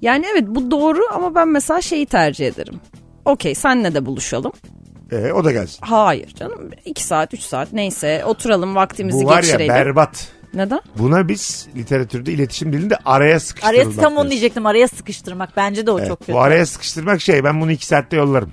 Speaker 4: Yani evet bu doğru ama ben mesela şeyi tercih ederim. Okey senle de buluşalım.
Speaker 3: Ee, o da gelsin.
Speaker 4: Hayır canım 2 saat 3 saat neyse oturalım vaktimizi
Speaker 3: bu var
Speaker 4: geçirelim.
Speaker 3: ya berbat.
Speaker 4: Neden?
Speaker 3: Buna biz literatürde iletişim dilinde araya sıkıştırmak.
Speaker 5: Araya tam onu
Speaker 3: diyoruz.
Speaker 5: diyecektim araya sıkıştırmak bence de o
Speaker 3: Evet,
Speaker 5: çok kötü.
Speaker 3: bu araya sıkıştırmak şey ben bunu iki saatte yollarım.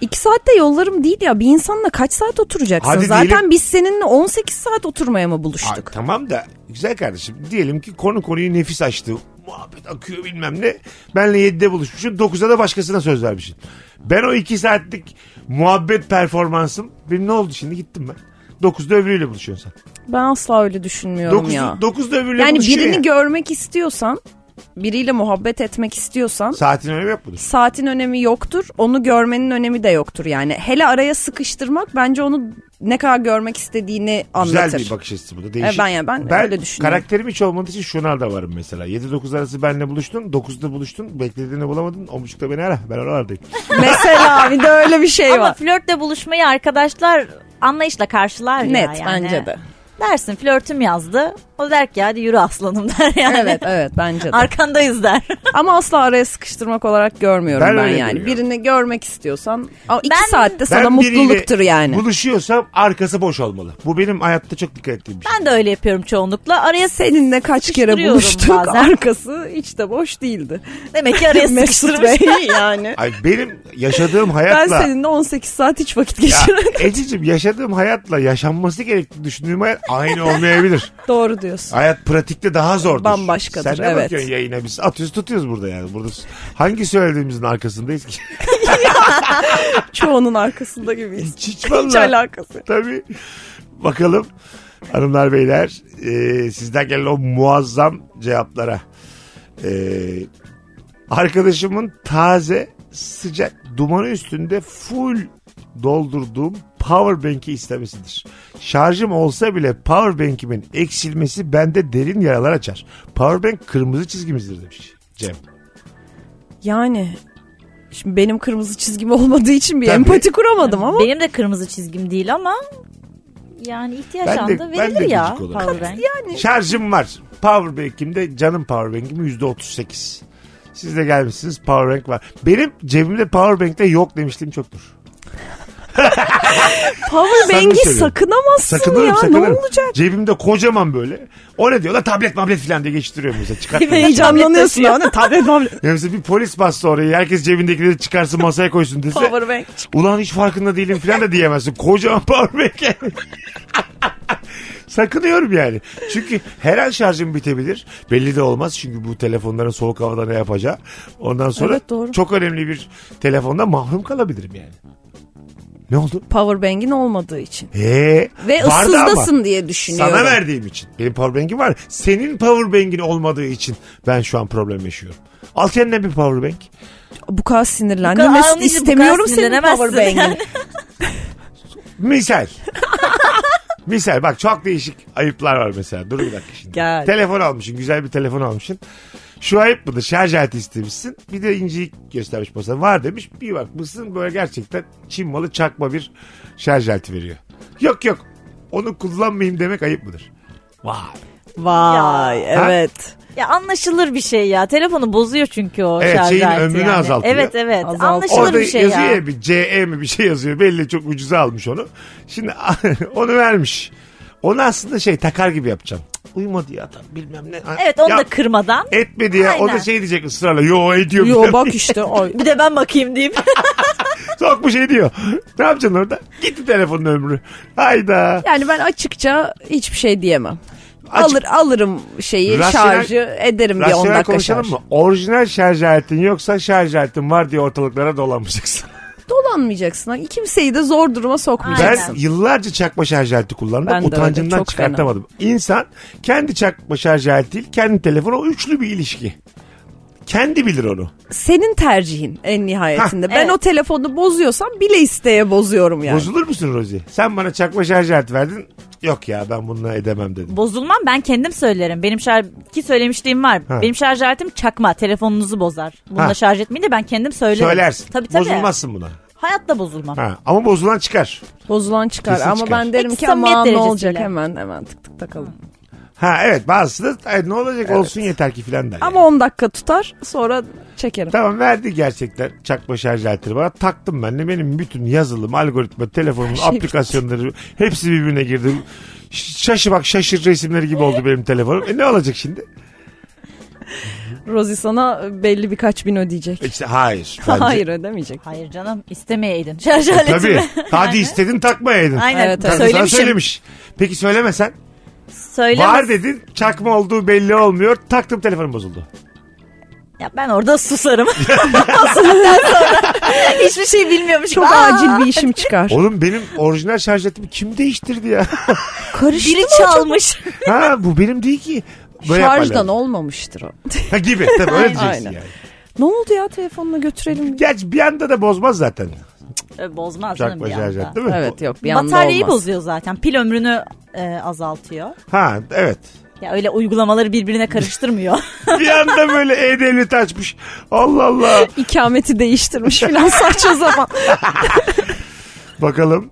Speaker 4: 2 saatte yollarım değil ya bir insanla kaç saat oturacaksın?
Speaker 3: Hadi
Speaker 4: Zaten
Speaker 3: diyelim-
Speaker 4: biz seninle 18 saat oturmaya mı
Speaker 3: Ay,
Speaker 4: buluştuk?
Speaker 3: tamam da güzel kardeşim diyelim ki konu konuyu nefis açtı. Muhabbet akıyor bilmem ne. Benle 7'de buluşmuşsun 9'da da başkasına söz vermişsin. Ben o 2 saatlik muhabbet performansım benim ne oldu şimdi gittim ben. 9'da öbürüyle buluşuyorsun sen.
Speaker 4: Ben asla öyle düşünmüyorum
Speaker 3: 9,
Speaker 4: ya.
Speaker 3: 9'da öbürüyle
Speaker 4: Yani
Speaker 3: buluşuyor
Speaker 4: birini
Speaker 3: ya.
Speaker 4: görmek istiyorsan biriyle muhabbet etmek istiyorsan
Speaker 3: Saatin önemi yok mudur?
Speaker 4: saatin önemi yoktur. Onu görmenin önemi de yoktur yani. Hele araya sıkıştırmak bence onu ne kadar görmek istediğini anlatır.
Speaker 3: Güzel bir bakış açısı bu da değişik.
Speaker 4: E, ben ya- ben öyle düşünüyorum.
Speaker 3: Karakterim hiç olmadığı için şuna da varım mesela. 7-9 arası benle buluştun, 9'da buluştun, beklediğini bulamadın, 10.30'da beni ara. Ben oralardayım.
Speaker 4: Mesela bir de öyle bir şey
Speaker 5: Ama
Speaker 4: var.
Speaker 5: flörtle buluşmayı arkadaşlar anlayışla karşılar ya
Speaker 4: Net
Speaker 5: yani.
Speaker 4: bence de.
Speaker 5: Dersin flörtüm yazdı. O der ki hadi yürü aslanım der yani.
Speaker 4: Evet evet bence de.
Speaker 5: Arkandayız der.
Speaker 4: Ama asla araya sıkıştırmak olarak görmüyorum
Speaker 3: Ben
Speaker 4: ben,
Speaker 3: öyle
Speaker 4: yani.
Speaker 3: görüyorum.
Speaker 4: Birini görmek istiyorsan o iki
Speaker 5: Ben-
Speaker 4: saatte
Speaker 3: Ben
Speaker 4: sana
Speaker 3: biriyle
Speaker 4: mutluluktur yani.
Speaker 3: Buluşuyorsam arkası boş olmalı. Bu benim hayatta çok dikkat ettiğim bir şey.
Speaker 5: Ben de öyle yapıyorum çoğunlukla. Araya
Speaker 4: Seninle kaç kere
Speaker 5: Sıkıştırıyorum
Speaker 4: buluştuk
Speaker 5: bazen.
Speaker 4: arkası hiç de boş değildi.
Speaker 5: demek ki araya
Speaker 4: Mesut
Speaker 5: sıkıştırmış.
Speaker 4: Bey yani.
Speaker 3: Ay benim yaşadığım
Speaker 4: Ben
Speaker 3: hayatla...
Speaker 4: seninle 18 saat hiç vakit
Speaker 3: Ya,
Speaker 4: geçiremedim.
Speaker 3: Ececiğim yaşadığım hayatla yaşanması gerektiğini düşündüğüm hayat aynı olmayabilir.
Speaker 4: Doğru diyorsun.
Speaker 3: Hayat pratikte daha zordur.
Speaker 4: Bambaşkadır,
Speaker 3: Sen ne
Speaker 4: evet.
Speaker 3: bakıyorsun yayına biz atıyoruz tutuyoruz burada yani. Burada hangi söylediğimizin arkasındayız ki?
Speaker 4: Çoğunun arkasında gibiyiz.
Speaker 3: Hiç, hiç
Speaker 4: Hiç
Speaker 3: vallahi.
Speaker 4: alakası.
Speaker 3: Tabii. Bakalım hanımlar beyler e, sizden gelen o muazzam cevaplara. E, arkadaşımın taze sıcak dumanı üstünde full doldurduğum power bank'i istemesidir. Şarjım olsa bile power bank'imin eksilmesi bende derin yaralar açar. Power bank kırmızı çizgimizdir demiş Cem.
Speaker 4: Yani şimdi benim kırmızı çizgim olmadığı için bir
Speaker 3: Tabii.
Speaker 4: empati kuramadım ama
Speaker 5: Benim de kırmızı çizgim değil ama yani ihtiyaç
Speaker 3: Ben de-
Speaker 5: anda
Speaker 3: ben de
Speaker 5: verilir ya.
Speaker 3: gıcık olurum.
Speaker 5: Powerbank.
Speaker 3: Şarjım var. Powerbank'imde canım powerbank'im %38. Siz de gelmişsiniz powerbank var. Benim cebimde powerbank'te yok demişliğim çoktur.
Speaker 4: power
Speaker 3: Samimi
Speaker 4: bank'i
Speaker 3: söylüyorum.
Speaker 4: sakınamazsın
Speaker 3: Sakınırım
Speaker 4: ya
Speaker 3: sakınırım.
Speaker 4: ne olacak?
Speaker 3: Cebimde kocaman böyle. O ne diyor? La tablet mablet filan diye geçiştiriyor mesela. Çıkartmıyor.
Speaker 4: Heyecanlanıyorsun ya ne tablet tablet.
Speaker 3: Ya mesela bir polis bassa orayı herkes cebindekileri çıkarsın masaya koysun dese.
Speaker 4: Power bank.
Speaker 3: Ulan hiç farkında değilim filan da diyemezsin. Kocaman powerbank yani. Sakınıyorum yani. Çünkü her an şarjım bitebilir. Belli de olmaz. Çünkü bu telefonların soğuk havada ne yapacağı. Ondan sonra
Speaker 4: Evet, doğru.
Speaker 3: çok önemli bir telefonda mahrum kalabilirim yani. Ne oldu?
Speaker 4: Power bank'in olmadığı için.
Speaker 3: Ee,
Speaker 4: Ve
Speaker 3: vardı ama.
Speaker 4: ıssızdasın diye düşünüyorum.
Speaker 3: Sana verdiğim için. Benim powerbank'im var. Senin powerbank'in olmadığı için ben şu an problem yaşıyorum. Al kendine bir powerbank.
Speaker 4: Bu kadar
Speaker 5: Bu kadar
Speaker 4: sinirlendim. ve
Speaker 5: anlayıcı, bu kadar
Speaker 4: istemiyorum senin
Speaker 5: sinirlenemezsin
Speaker 4: power bank'ini.
Speaker 5: yani.
Speaker 3: Misal. Misal bak çok değişik ayıplar var mesela. Dur bir dakika şimdi.
Speaker 4: Gel.
Speaker 3: Telefon almışsın. Güzel bir telefon almışsın. Şu ayıp mıdır? Şarj aleti istemişsin. Bir de inciyi göstermiş masada. Var demiş. Bir bakmışsın böyle gerçekten Çin malı çakma bir şarj aleti veriyor. Yok yok. Onu kullanmayayım demek ayıp mıdır? Vay.
Speaker 4: Vay
Speaker 3: Ya.
Speaker 4: evet.
Speaker 5: Ya anlaşılır bir şey ya. Telefonu bozuyor çünkü o
Speaker 3: Evet,
Speaker 5: şarj
Speaker 3: şeyin
Speaker 5: aleti
Speaker 3: ömrünü
Speaker 5: yani.
Speaker 3: azaltıyor.
Speaker 5: Evet evet.
Speaker 4: Azaltıyor.
Speaker 5: Anlaşılır
Speaker 3: Orada
Speaker 5: bir şey
Speaker 3: yazıyor
Speaker 5: ya.
Speaker 3: ya. bir CE mi bir şey yazıyor. Belli çok ucuza almış onu. Şimdi onu vermiş. Onu aslında şey takar gibi yapacağım. Cık, Uyumadı ya adam bilmem ne.
Speaker 5: Evet onu
Speaker 3: Ya-
Speaker 5: da kırmadan.
Speaker 3: Etmedi ya. O da
Speaker 5: Aynen.
Speaker 3: şey diyecek ısrarla. Yo ediyor.
Speaker 4: Yo bak işte. Ay.
Speaker 5: Bir de ben bakayım deyip.
Speaker 3: Sokmuş ediyor. şey Ne yapacaksın orada? Gitti telefonun ömrü. Hayda.
Speaker 4: Yani ben açıkça hiçbir şey diyemem.
Speaker 3: Açık-
Speaker 4: Alır alırım şeyi
Speaker 3: Rasyonel-
Speaker 4: şarjı ederim bir 10
Speaker 3: Rasyonel
Speaker 4: dakika
Speaker 3: konuşalım
Speaker 4: şarj.
Speaker 3: mı? Orijinal şarj aletin yoksa şarj aletin var diye ortalıklara dolanmayacaksın.
Speaker 4: Dolanmayacaksın. ha. Kimseyi de zor duruma sokmayacaksın.
Speaker 3: Ben yıllarca çakma şarj aleti kullandım.
Speaker 4: Ben de öyle,
Speaker 3: Utancımdan
Speaker 4: çok fena.
Speaker 3: çıkartamadım. İnsan kendi çakma şarj aleti değil, kendi telefonu o üçlü bir ilişki. Kendi bilir onu.
Speaker 4: Senin tercihin en nihayetinde. ben
Speaker 5: evet.
Speaker 4: o telefonu bozuyorsam bile isteye bozuyorum yani.
Speaker 3: Bozulur musun Rozi? Sen bana çakma şarj aleti verdin. Yok ya ben bununla edemem dedim.
Speaker 5: Bozulmam ben kendim söylerim. Benim şarj ki söylemişliğim var.
Speaker 3: Ha.
Speaker 5: Benim şarj aletim çakma. Telefonunuzu bozar. Bununla
Speaker 3: Ha.
Speaker 5: şarj etmeyin de ben kendim söylerim.
Speaker 3: Söylersin.
Speaker 5: Tabii tabii.
Speaker 3: Bozulmazsın buna.
Speaker 5: Hayatta bozulmam.
Speaker 3: Ha, ama bozulan çıkar.
Speaker 4: Bozulan çıkar
Speaker 3: Kesin
Speaker 4: ama
Speaker 3: çıkar.
Speaker 4: ben derim
Speaker 5: Peki,
Speaker 4: ki ama ne
Speaker 5: samimiyet
Speaker 4: olacak
Speaker 5: derecesiyle.
Speaker 4: hemen hemen tık tık takalım.
Speaker 3: Ha evet bazısı da "Ay, ne olacak olsun yeter ki filan der. yani.
Speaker 4: Ama 10 dakika tutar sonra çekerim.
Speaker 3: Tamam verdi gerçekten çakma şarj aletini bana taktım ben de benim bütün yazılım algoritma telefonumun
Speaker 4: şey
Speaker 3: aplikasyonları hepsi birbirine girdi. Ş- Şaşı bak şaşır resimleri gibi oldu benim telefonum. E ne olacak şimdi?
Speaker 4: Rozi sana belli birkaç bin ödeyecek.
Speaker 3: E İşte hayır. bence-
Speaker 4: Hayır ödemeyecek.
Speaker 5: Hayır canım istemeyeydin şarj
Speaker 3: E,
Speaker 5: aletimi.
Speaker 3: Tabii. Hadi istedin takmayaydın.
Speaker 5: Aynen.
Speaker 4: Evet,
Speaker 3: Tabii
Speaker 4: evet.
Speaker 3: sana
Speaker 5: Söylemişim.
Speaker 3: söylemiş. Peki söylemesen?
Speaker 5: Söylemez.
Speaker 3: Var dedin çakma olduğu belli olmuyor. Taktım telefonum bozuldu.
Speaker 5: Ya ben orada susarım. O saatten sonra hiçbir şey bilmiyormuş.
Speaker 4: Çok
Speaker 5: gibi. Aa,
Speaker 4: acil bir işim çıkar.
Speaker 3: Oğlum benim orijinal şarj aletimi kim değiştirdi ya?
Speaker 4: Karıştı
Speaker 5: Biri
Speaker 4: mı
Speaker 5: çalmış.
Speaker 3: ha bu benim değil ki. Böyle yapmalar.
Speaker 4: Şarjdan olmamıştır o.
Speaker 3: Ha gibi tabii öyle diyeceksin
Speaker 4: Aynen.
Speaker 3: yani.
Speaker 4: ne oldu ya telefonla götürelim diye.
Speaker 3: Gerçi bir anda da bozmaz zaten.
Speaker 5: E, Bozmaz canım
Speaker 3: Çakma
Speaker 5: bir
Speaker 3: şarj
Speaker 5: anda.
Speaker 3: alet değil mi?
Speaker 4: Evet yok bir anda
Speaker 5: Bataryayı
Speaker 4: olmaz.
Speaker 5: bozuyor zaten. Pil ömrünü e, azaltıyor.
Speaker 3: Ha evet.
Speaker 5: Ya öyle uygulamaları birbirine karıştırmıyor.
Speaker 3: Bir anda böyle E-Devlet açmış. Allah Allah.
Speaker 4: İkameti değiştirmiş filan saçma zaman.
Speaker 3: Bakalım.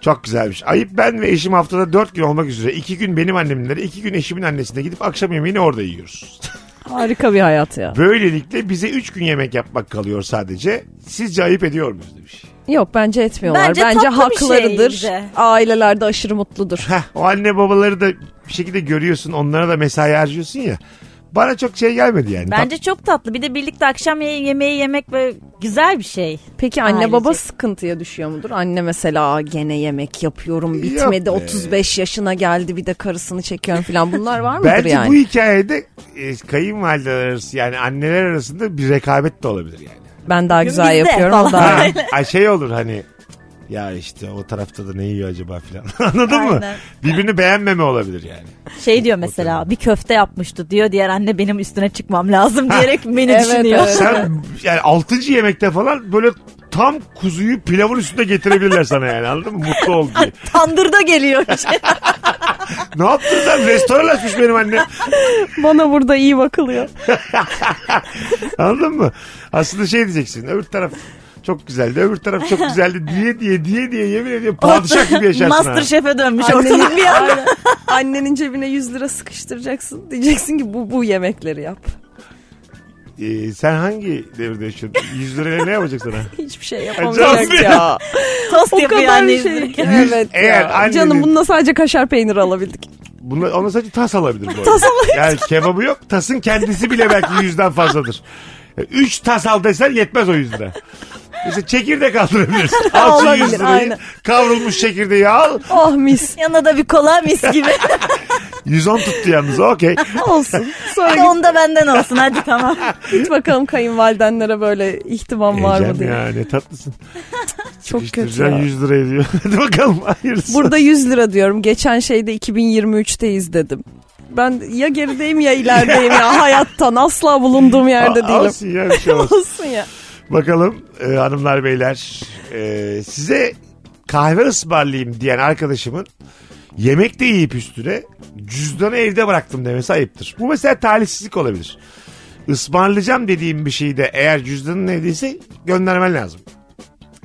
Speaker 3: Çok güzelmiş. Ayıp ben ve eşim haftada dört gün olmak üzere iki gün benim annemlere iki gün eşimin annesine gidip akşam yemeğini orada yiyoruz.
Speaker 4: Harika bir hayat ya.
Speaker 3: Böylelikle bize üç gün yemek yapmak kalıyor sadece. Sizce ayıp ediyor muyuz demiş.
Speaker 4: Yok bence etmiyorlar. Bence,
Speaker 5: Bence tatlı bir şey
Speaker 4: haklarıdır.
Speaker 5: bize.
Speaker 4: Aileler de aşırı mutludur.
Speaker 3: Heh, o anne babaları da bir şekilde görüyorsun onlara da mesai harcıyorsun ya. Bana çok şey gelmedi yani.
Speaker 5: Bence çok tatlı. Bir de birlikte akşam ye- yemeği yemek böyle güzel bir şey.
Speaker 4: Peki anne
Speaker 5: Ailecek.
Speaker 4: baba sıkıntıya düşüyor mudur? Anne mesela "Aa, gene yemek yapıyorum bitmedi
Speaker 3: Yok be.
Speaker 4: 35 yaşına geldi bir de karısını çekiyorum falan bunlar var mıdır
Speaker 3: Bence
Speaker 4: yani?
Speaker 3: bu hikayede e, kayınvalideler arası yani anneler arasında bir rekabet de olabilir yani.
Speaker 4: Ben daha güzel
Speaker 5: Bizde
Speaker 4: yapıyorum o
Speaker 5: falan.
Speaker 4: daha.
Speaker 3: Ha, ay şey olur hani ya işte o tarafta da ne yiyor acaba filan. Anladın mı?
Speaker 5: Aynen.
Speaker 3: Birbirini beğenmeme olabilir yani.
Speaker 5: Şey diyor mesela bir köfte yapmıştı diyor diğer anne benim üstüne çıkmam lazım diyerek menü
Speaker 4: Evet,
Speaker 5: düşünüyor.
Speaker 4: evet.
Speaker 3: Sen yani altıncı yemekte falan böyle tam kuzuyu pilavın üstünde getirebilirler sana yani anladın mı? Mutlu ol diye.
Speaker 5: Tandırda geliyor.
Speaker 3: Ne yaptın sen? Restoran açmış benim annem.
Speaker 4: Bana burada iyi bakılıyor.
Speaker 3: Anladın mı? Aslında şey diyeceksin. Öbür taraf çok güzeldi. Öbür taraf çok güzeldi diye diye diye diye yemin ediyorum padişah gibi yaşarsın. ha.
Speaker 5: Master şefe dönmüş ortalık bir anda.
Speaker 4: Aynen. Annenin cebine 100 lira sıkıştıracaksın. Diyeceksin ki bu bu yemekleri yap.
Speaker 3: Ee, sen hangi devirde yaşıyorsun? 100 liraya ne yapacak sana?
Speaker 4: Hiçbir şey yapamayacak
Speaker 3: Acayip.
Speaker 4: ya.
Speaker 5: Tost
Speaker 4: O
Speaker 5: yapıyor
Speaker 4: kadar şey.
Speaker 5: anne izlerken.
Speaker 4: Evet
Speaker 3: Eğer
Speaker 4: ya.
Speaker 3: annenin-
Speaker 4: Canım bununla sadece kaşar peyniri alabildik.
Speaker 3: Bunlar, ona sadece tas alabilir bu arada. Yani kebabı yok. Tasın kendisi bile belki yüzden fazladır. E, Üç tas al desen yetmez o yüz lira. Mesela çekirdek aldırabilirsin. Al şu
Speaker 4: Olabilir,
Speaker 3: 100 lirayı.
Speaker 4: aynen.
Speaker 3: Kavrulmuş çekirdeği al.
Speaker 4: Oh mis
Speaker 5: Yanına da bir kola mis gibi.
Speaker 3: 110 tuttu yalnız okey.
Speaker 4: olsun. Sonra
Speaker 5: Hadi
Speaker 4: git,
Speaker 5: onu da benden olsun hadi tamam.
Speaker 4: git bakalım kayınvalidenlere böyle ihtimam var mı
Speaker 3: Ecem
Speaker 4: diye.
Speaker 3: ya ne tatlısın.
Speaker 4: Çok kötü
Speaker 3: Sıkıştıracaksın
Speaker 4: ya.
Speaker 3: 100 liraya diyor. Hadi bakalım hayırlısı.
Speaker 4: Burada 100 lira diyorum. Geçen şeyde 2023'teyiz dedim. Ben ya gerideyim ya ilerideyim ya hayattan asla bulunduğum
Speaker 3: A-
Speaker 4: yerde değilim.
Speaker 3: alsın ya bir şey olmaz.
Speaker 4: Olsun ya.
Speaker 3: Bakalım e, hanımlar beyler e, size kahve ısmarlayayım diyen arkadaşımın yemek de yiyip üstüne cüzdanı evde bıraktım demesi ayıptır. Bu mesela talihsizlik olabilir. Ismarlayacağım dediğim bir şeyi de eğer cüzdanın evdeyse göndermen lazım.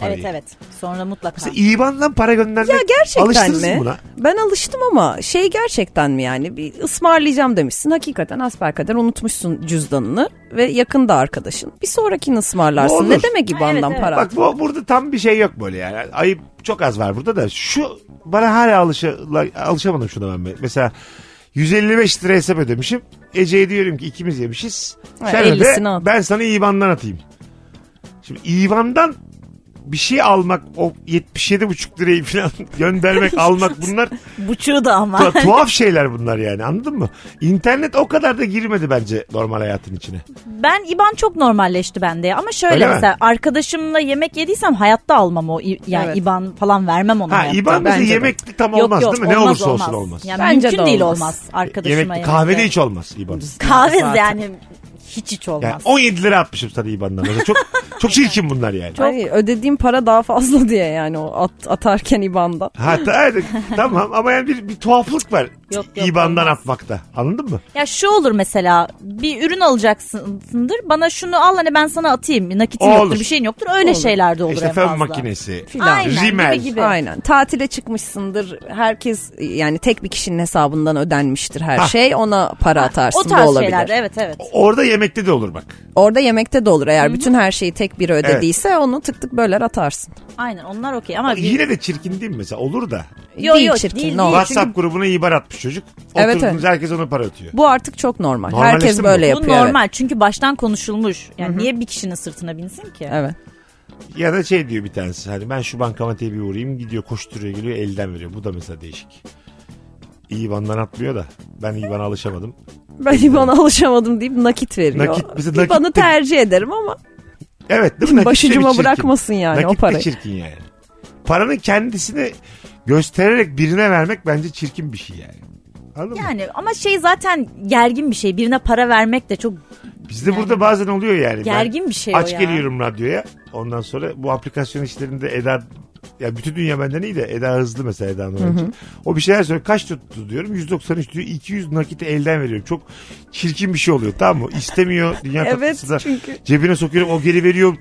Speaker 5: Evet
Speaker 3: Parayı.
Speaker 5: evet sonra mutlaka.
Speaker 3: Mesela İvan'dan para göndermek
Speaker 4: Ya gerçekten
Speaker 3: alıştınız
Speaker 4: mi?
Speaker 3: mı buna?
Speaker 4: Ben alıştım ama şey gerçekten mi yani bir ısmarlayacağım demişsin. Hakikaten asperkader unutmuşsun cüzdanını ve yakında arkadaşın. Bir sonrakini
Speaker 3: Ne
Speaker 4: ısmarlarsın.
Speaker 3: olur.
Speaker 4: Ne demek gibi
Speaker 5: Evet,
Speaker 4: andan
Speaker 5: evet.
Speaker 4: para.
Speaker 3: Bak bu, burada tam bir şey yok böyle yani. Ayıp çok az var burada da. Şu bana hala alışa, alışamadım şuna ben. be. Mesela 155 lira hesap ödemişim. Ece'ye diyorum ki ikimiz yemişiz.
Speaker 4: Ha,
Speaker 3: Sen öde
Speaker 4: 50'sini at.
Speaker 3: ben sana IBAN'dan atayım. Şimdi IBAN'dan bir şey almak o 77,5 lirayı falan göndermek almak bunlar
Speaker 5: Buçuğu da ama.
Speaker 3: tu- tuhaf şeyler bunlar yani anladın mı? İnternet o kadar da girmedi bence normal hayatın içine.
Speaker 5: Ben IBAN çok normalleşti bende ya. ama şöyle
Speaker 3: Öyle mi?
Speaker 5: mesela arkadaşımla yemek yediysem hayatta almam o i- yani
Speaker 4: Evet.
Speaker 5: IBAN falan vermem ona.
Speaker 3: Ha
Speaker 5: hayatta.
Speaker 3: IBAN bize
Speaker 4: bence de.
Speaker 3: yemekli tam
Speaker 5: Yok,
Speaker 3: olmaz
Speaker 5: yok,
Speaker 3: değil mi? Ne
Speaker 5: olmaz,
Speaker 3: olursa olsun olmaz.
Speaker 5: Yani
Speaker 4: Bence
Speaker 5: mümkün
Speaker 4: de
Speaker 5: değil
Speaker 4: olmaz.
Speaker 5: olmaz arkadaşıma
Speaker 3: Yemek,
Speaker 5: yemek.
Speaker 3: kahvede hiç olmaz İBAN.
Speaker 5: Kahve
Speaker 4: Zaten.
Speaker 5: yani hiç hiç olmaz.
Speaker 3: Yani 17 lira atmışım sana IBAN'dan. Mesela çok çok çirkin bunlar yani.
Speaker 4: Hani ödediğim para daha fazla diye yani o at- atarken IBAN'da.
Speaker 3: Ha ta- evet, tamam ama yani bir, bir tuhaflık var
Speaker 5: Yok, yok,
Speaker 3: IBAN'dan
Speaker 5: olmaz.
Speaker 3: atmakta. Anladın mı?
Speaker 5: Ya şu olur mesela bir ürün alacaksındır bana şunu al hani ben sana atayım nakitim
Speaker 3: O
Speaker 5: yoktur
Speaker 3: olur.
Speaker 5: bir şeyin yoktur öyle şeyler de olur
Speaker 3: işte
Speaker 5: en
Speaker 3: fön
Speaker 5: fazla.
Speaker 3: makinesi,
Speaker 4: Filan.
Speaker 5: Aynen,
Speaker 3: rimel.
Speaker 5: gibi gibi.
Speaker 4: Aynen. Tatile çıkmışsındır. Herkes yani tek bir kişinin hesabından ödenmiştir her şey. Ona para atarsın.
Speaker 5: O
Speaker 4: Bu
Speaker 5: tarz
Speaker 4: olabilir.
Speaker 5: şeyler de, evet evet.
Speaker 3: Orada yemekte de olur bak.
Speaker 4: Orada yemekte de olur. Eğer bütün her şeyi tek biri ödediyse onu tık tık böler atarsın.
Speaker 5: Aynen onlar okey ama bir-
Speaker 3: Yine de çirkin değil mi mesela? Olur da.
Speaker 5: Yo,
Speaker 4: Değil
Speaker 5: yo,
Speaker 4: çirkin,
Speaker 5: değil,
Speaker 4: ne olur.
Speaker 5: değil.
Speaker 3: WhatsApp grubuna IBAN atmış çocuk.
Speaker 4: Evet,
Speaker 3: Oturdunuz
Speaker 4: evet.
Speaker 3: herkes ona para atıyor.
Speaker 4: Bu artık çok normal.
Speaker 3: Normalleşti
Speaker 4: Herkes
Speaker 3: mi
Speaker 4: böyle
Speaker 3: bu?
Speaker 5: bu
Speaker 4: Şey yapıyor.
Speaker 5: normal çünkü baştan konuşulmuş. Yani niye bir kişinin sırtına binsin ki?
Speaker 4: Evet.
Speaker 3: Ya da şey diyor bir tanesi hani ben şu bankamatiğe bir uğrayayım gidiyor koşturuyor geliyor elden veriyor. Bu da mesela değişik. IBAN'dan atmıyor da ben IBAN'a alışamadım.
Speaker 4: Ben IBAN'a alışamadım deyip nakit veriyor.
Speaker 3: Nakit, bize nakit
Speaker 4: IBAN'ı
Speaker 3: de-
Speaker 4: tercih ederim ama
Speaker 3: Evet değil mi? Nakit de bir
Speaker 4: başucuma
Speaker 3: çirkin.
Speaker 4: bırakmasın yani
Speaker 3: Nakit
Speaker 4: o
Speaker 3: de
Speaker 4: parayı.
Speaker 3: çirkin yani. Paranın kendisini göstererek birine vermek bence çirkin bir şey yani. Anladın mı?
Speaker 5: Yani ama şey zaten gergin bir şey. Birine para vermek de çok
Speaker 3: Bizde burada bazen oluyor yani.
Speaker 5: Gergin bir şey o
Speaker 3: aç
Speaker 5: ya.
Speaker 3: geliyorum radyoya. Ondan sonra bu aplikasyon işlerinde Eda ya bütün dünya benden iyi de Eda hızlı mesela Eda Nurhan'cığım. O bir şeyler söylüyor. Kaç tuttu diyorum. 193 diyor. 200 nakit elden veriyorum. Çok çirkin bir şey oluyor tamam mı? İstemiyor. Dünya
Speaker 4: Evet
Speaker 3: tatlısı da
Speaker 4: çünkü
Speaker 3: cebine sokuyorum. O geri veriyor.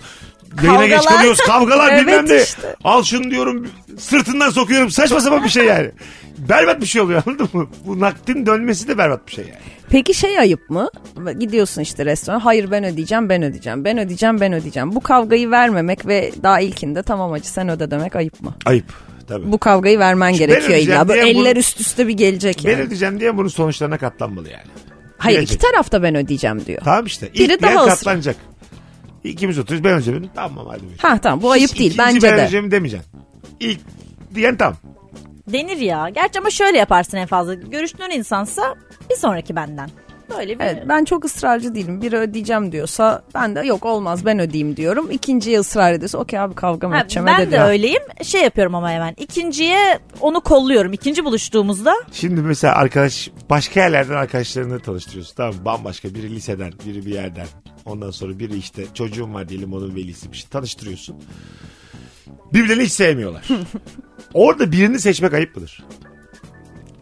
Speaker 3: Yayına
Speaker 5: Kavgalar.
Speaker 3: geç kalıyoruz. Kavgalar
Speaker 5: Evet
Speaker 3: bilmem ne.
Speaker 5: işte.
Speaker 3: Al şunu diyorum sırtından sokuyorum. Saçma sapan bir şey yani. Berbat bir şey oluyor anladın mı? Bu nakdin dönmesi de berbat bir şey yani.
Speaker 4: Peki şey ayıp mı? Gidiyorsun işte restorana. Hayır ben ödeyeceğim, ben ödeyeceğim, ben ödeyeceğim, ben ödeyeceğim. Bu kavgayı vermemek ve daha ilkinde tamam acı sen öde demek ayıp mı?
Speaker 3: Ayıp. Tabii.
Speaker 4: Bu kavgayı vermen gerekiyor
Speaker 3: ödeyeceğim
Speaker 4: illa. Böyle
Speaker 3: diye bunu-
Speaker 4: eller üst üste bir gelecek
Speaker 3: Ben
Speaker 4: yani.
Speaker 3: ödeyeceğim diye bunun sonuçlarına katlanmalı yani.
Speaker 4: Hayır
Speaker 3: Gelecek.
Speaker 4: iki tarafta ben ödeyeceğim diyor.
Speaker 3: Tamam işte.
Speaker 4: Biri
Speaker 3: İlk
Speaker 4: daha
Speaker 3: ben
Speaker 4: ısrar.
Speaker 3: katlanacak. İkimiz oturuyoruz ben ödeyeceğim. Tamam hadi. buyurun.
Speaker 4: Ha tamam bu ayıp değil
Speaker 3: İkinci
Speaker 4: bence
Speaker 3: ben
Speaker 4: de.
Speaker 3: ödeyeceğimi demeyeceksin. İlk diyen tam.
Speaker 5: Denir ya. Gerçi ama şöyle yaparsın en fazla. Görüştüğün insansa bir sonraki benden. Böyle bir
Speaker 4: Evet, ben çok ısrarcı değilim. Biri ödeyeceğim diyorsa ben de yok olmaz ben ödeyeyim diyorum. İkinciye ısrar ediyorsa okey abi kavga mı
Speaker 5: Ha,
Speaker 4: edeceğim
Speaker 5: ben
Speaker 4: öde
Speaker 5: de
Speaker 4: diyor.
Speaker 5: öyleyim. Şey yapıyorum ama hemen. İkinciye onu kolluyorum. İkinci buluştuğumuzda
Speaker 3: Şimdi mesela arkadaş başka yerlerden arkadaşlarını tanıştırıyorsun. Tamam mı? bambaşka biri liseden, biri bir yerden. Ondan sonra biri işte çocuğum var diyelim onun velisi bir şey tanıştırıyorsun. Birbirlerini hiç sevmiyorlar. Orada birini seçmek ayıp mıdır?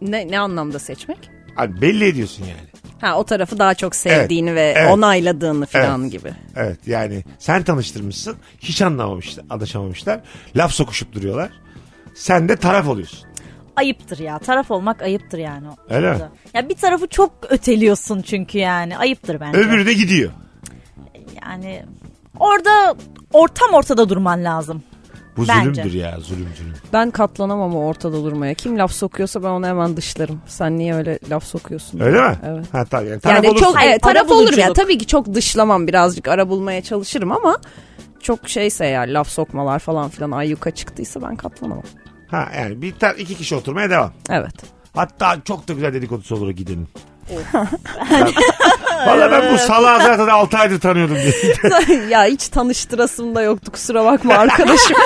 Speaker 4: Ne, ne anlamda seçmek?
Speaker 3: Hani belli ediyorsun yani.
Speaker 4: Ha o tarafı daha çok sevdiğini ve
Speaker 3: evet.
Speaker 4: onayladığını falan
Speaker 3: Evet.
Speaker 4: gibi.
Speaker 3: Evet yani sen tanıştırmışsın hiç anlamamışlar, anlaşamamışlar. Laf sokuşup duruyorlar. Sen de taraf oluyorsun.
Speaker 5: ayıptır ya. Taraf olmak ayıptır yani. o-
Speaker 3: Öyle mi?
Speaker 5: Ya bir tarafı çok öteliyorsun çünkü yani. Ayıptır bence.
Speaker 3: Öbürü de gidiyor.
Speaker 5: Yani orada ortam ortada durman lazım.
Speaker 3: Bu
Speaker 5: Bence.
Speaker 3: zulümdür ya zulüm zulüm.
Speaker 4: Ben katlanamam o ortada durmaya. Kim laf sokuyorsa ben onu hemen dışlarım. Sen niye öyle laf sokuyorsun?
Speaker 3: Öyle mi?
Speaker 4: Evet.
Speaker 3: Ha, tamam yani taraf
Speaker 4: Yani
Speaker 3: olursun.
Speaker 4: çok
Speaker 5: Hayır,
Speaker 4: evet, taraf
Speaker 5: ara
Speaker 4: olurum
Speaker 5: buluculuk.
Speaker 4: yani. Tabii ki çok dışlamam birazcık ara bulmaya çalışırım ama çok şeyse ya laf sokmalar falan filan ayyuka çıktıysa ben katlanamam.
Speaker 3: Ha, yani bir tar- iki kişi oturmaya devam.
Speaker 4: Evet.
Speaker 3: Hatta çok da güzel dedikodusu olur o gidenin. Valla ben bu salağı zaten 6 aydır tanıyordum diye.
Speaker 4: ya hiç tanıştırasım da yoktu kusura bakma arkadaşım.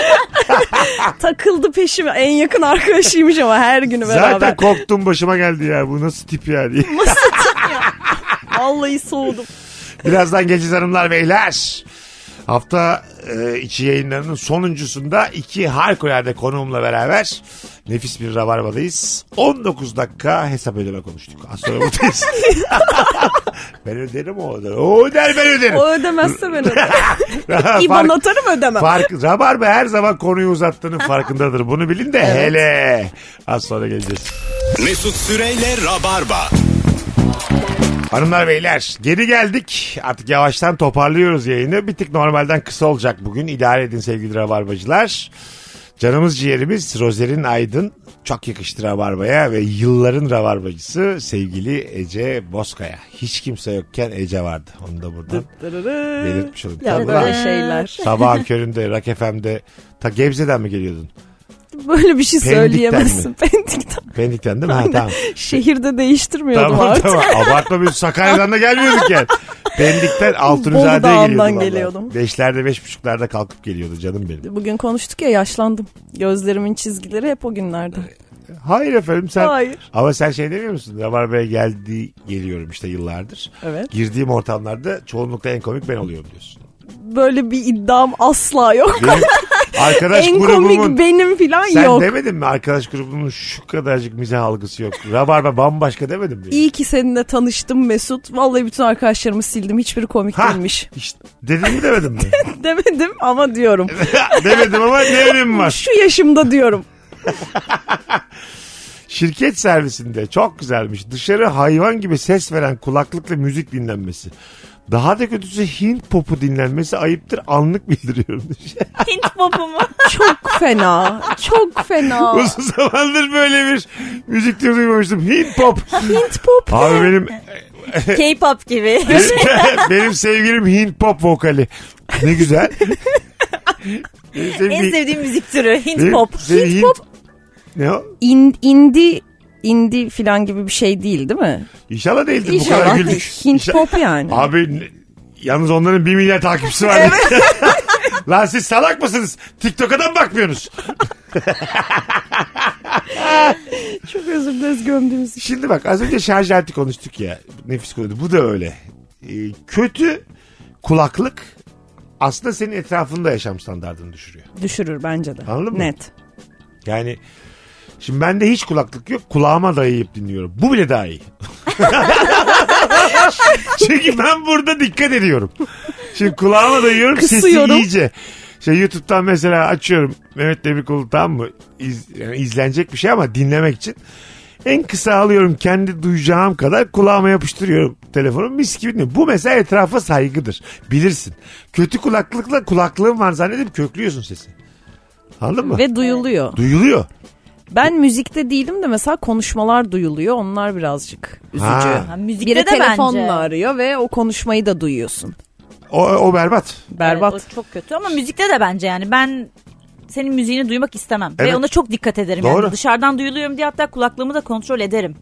Speaker 4: Takıldı peşime en yakın arkadaşıymış ama her günü beraber.
Speaker 3: zaten korktum başıma geldi ya. Bu nasıl tip ya diye.
Speaker 4: Vallahi soğudum.
Speaker 3: Birazdan geleceğiz hanımlar beyler. Hafta e, içi yayınlarının sonuncusunda iki harikulade konuğumla beraber nefis bir rabarbadayız. 19 dakika hesap ödeme konuştuk. Az sonra buradayız. ben öderim o öder. O öder ben öderim.
Speaker 4: O ödemezse ben ödemem. İban
Speaker 3: Fark-
Speaker 4: atarım ödemem.
Speaker 3: Fark, Rabarba her zaman konuyu uzattığının farkındadır. Bunu bilin de hele. Az sonra geleceğiz.
Speaker 2: Mesut Süreyle Rabarba.
Speaker 3: Hanımlar beyler geri geldik. Artık yavaştan toparlıyoruz yayını. Bir tık normalden kısa olacak bugün. İdare edin sevgili Rabarbacılar. Canımız ciğerimiz Rozerin Aydın çok yakıştı Rabarba'ya ve yılların Rabarbacısı sevgili Ece Bozkaya. Hiç kimse yokken Ece vardı. Onu da buradan belirtmiş olayım.
Speaker 4: Ya
Speaker 3: Tabii
Speaker 4: böyle
Speaker 3: lan.
Speaker 4: şeyler.
Speaker 3: Sabahın köründe Rock FM'de ta Gebze'den mi geliyordun?
Speaker 4: Böyle bir şey
Speaker 3: Pendik'ten
Speaker 4: söyleyemezsin.
Speaker 3: mi?
Speaker 4: Pendik'ten.
Speaker 3: Pendik'ten değil mi? Ha, tamam.
Speaker 4: Şehirde değiştirmiyordum
Speaker 3: Tamam
Speaker 4: artık.
Speaker 3: tamam. Abartma biz Sakarya'dan da gelmiyorduk yani. Pendik'ten Altunizade'ye
Speaker 4: Bolu Dağı'ndan
Speaker 3: geliyordum. vallahi.
Speaker 4: geliyordum.
Speaker 3: Beşlerde beş buçuklarda kalkıp geliyordu canım benim.
Speaker 4: Bugün konuştuk ya yaşlandım. Gözlerimin çizgileri hep o günlerde.
Speaker 3: Hayır efendim sen.
Speaker 4: Hayır.
Speaker 3: Ama sen şey demiyor musun? Rabarba'ya geldi geliyorum işte yıllardır.
Speaker 4: Evet.
Speaker 3: Girdiğim ortamlarda çoğunlukla en komik ben oluyorum diyorsun.
Speaker 4: Böyle bir iddiam asla yok.
Speaker 3: Benim arkadaş
Speaker 4: en
Speaker 3: grubumun.
Speaker 4: komik benim falan
Speaker 3: sen
Speaker 4: yok.
Speaker 3: demedin mi arkadaş grubunun şu kadarcık mizah algısı yok. Rabarba bambaşka demedin mi?
Speaker 4: İyi ki seninle tanıştım Mesut. Vallahi bütün arkadaşlarımı sildim. Hiçbiri komik
Speaker 3: Ha,
Speaker 4: değilmiş.
Speaker 3: işte dedin mi demedin mi?
Speaker 4: Demedim ama diyorum.
Speaker 3: demedim ama ne önemi var?
Speaker 4: Şu yaşımda diyorum.
Speaker 3: Şirket servisinde çok güzelmiş. Dışarı hayvan gibi ses veren kulaklıkla müzik dinlenmesi. Daha da kötüsü Hint popu dinlenmesi ayıptır anlık bildiriyorum. demiş.
Speaker 5: Hint popu mu?
Speaker 4: Çok fena. Çok fena.
Speaker 3: Uzun zamandır böyle bir müzik türü duymamıştım. Hint pop.
Speaker 4: Hint pop.
Speaker 3: Abi benim
Speaker 5: K-pop gibi.
Speaker 3: benim sevgilim Hint pop vokali. Ne güzel. Benim
Speaker 5: en
Speaker 3: sevdiğim-
Speaker 5: sevdiğim müzik türü Hint
Speaker 3: benim
Speaker 5: pop.
Speaker 3: sevdiğim Hint pop. Ne o?
Speaker 4: İn, indi indi filan gibi bir şey değil değil mi?
Speaker 3: İnşallah değildir bu kadar
Speaker 4: İnşallah
Speaker 3: güldük.
Speaker 4: değil. Hint
Speaker 3: İnşa-
Speaker 4: pop yani.
Speaker 3: Abi ne- yalnız onların 1 milyar takipçisi var. Lan siz salak mısınız? TikTok'a da mı bakmıyorsunuz?
Speaker 4: Çok özür dileriz gömdüğümüz için.
Speaker 3: Şimdi bak az önce şarj aleti konuştuk ya. Nefis konuydu. Bu da öyle. Ee, kötü kulaklık aslında senin etrafında yaşam standartını düşürüyor.
Speaker 4: Düşürür bence de.
Speaker 3: Anladın mı?
Speaker 4: Net.
Speaker 3: Yani şimdi bende hiç kulaklık yok. Kulağıma dayayıp dinliyorum. Bu bile daha iyi. Çünkü ben burada dikkat ediyorum. Şimdi kulağıma dayıyorum sesi
Speaker 4: Kısıyorum.
Speaker 3: iyice. Şey YouTube'dan mesela açıyorum Mehmet Demirkolu tamam mı? İz- yani izlenecek bir şey ama dinlemek için. En kısa alıyorum kendi duyacağım kadar kulağıma yapıştırıyorum telefonum mis gibi dinliyorum. Bu mesela etrafa saygıdır. Bilirsin. Kötü kulaklıkla kulaklığın var zannedip köklüyorsun sesi. Anladın mı?
Speaker 4: Ve duyuluyor.
Speaker 3: Duyuluyor.
Speaker 4: Ben müzikte değilim de mesela konuşmalar duyuluyor. Onlar birazcık üzücü.
Speaker 3: Ha.
Speaker 5: Ha, müzikte
Speaker 4: Biri
Speaker 5: de
Speaker 4: telefonla
Speaker 5: bence.
Speaker 4: arıyor ve o konuşmayı da duyuyorsun.
Speaker 3: O, o berbat.
Speaker 4: Berbat.
Speaker 5: Evet, o çok kötü ama müzikte de bence yani ben senin müziğini duymak istemem.
Speaker 3: Evet.
Speaker 5: Ve ona çok dikkat ederim.
Speaker 3: Doğru.
Speaker 5: Yani dışarıdan duyuluyorum diye hatta kulaklığımı da kontrol ederim.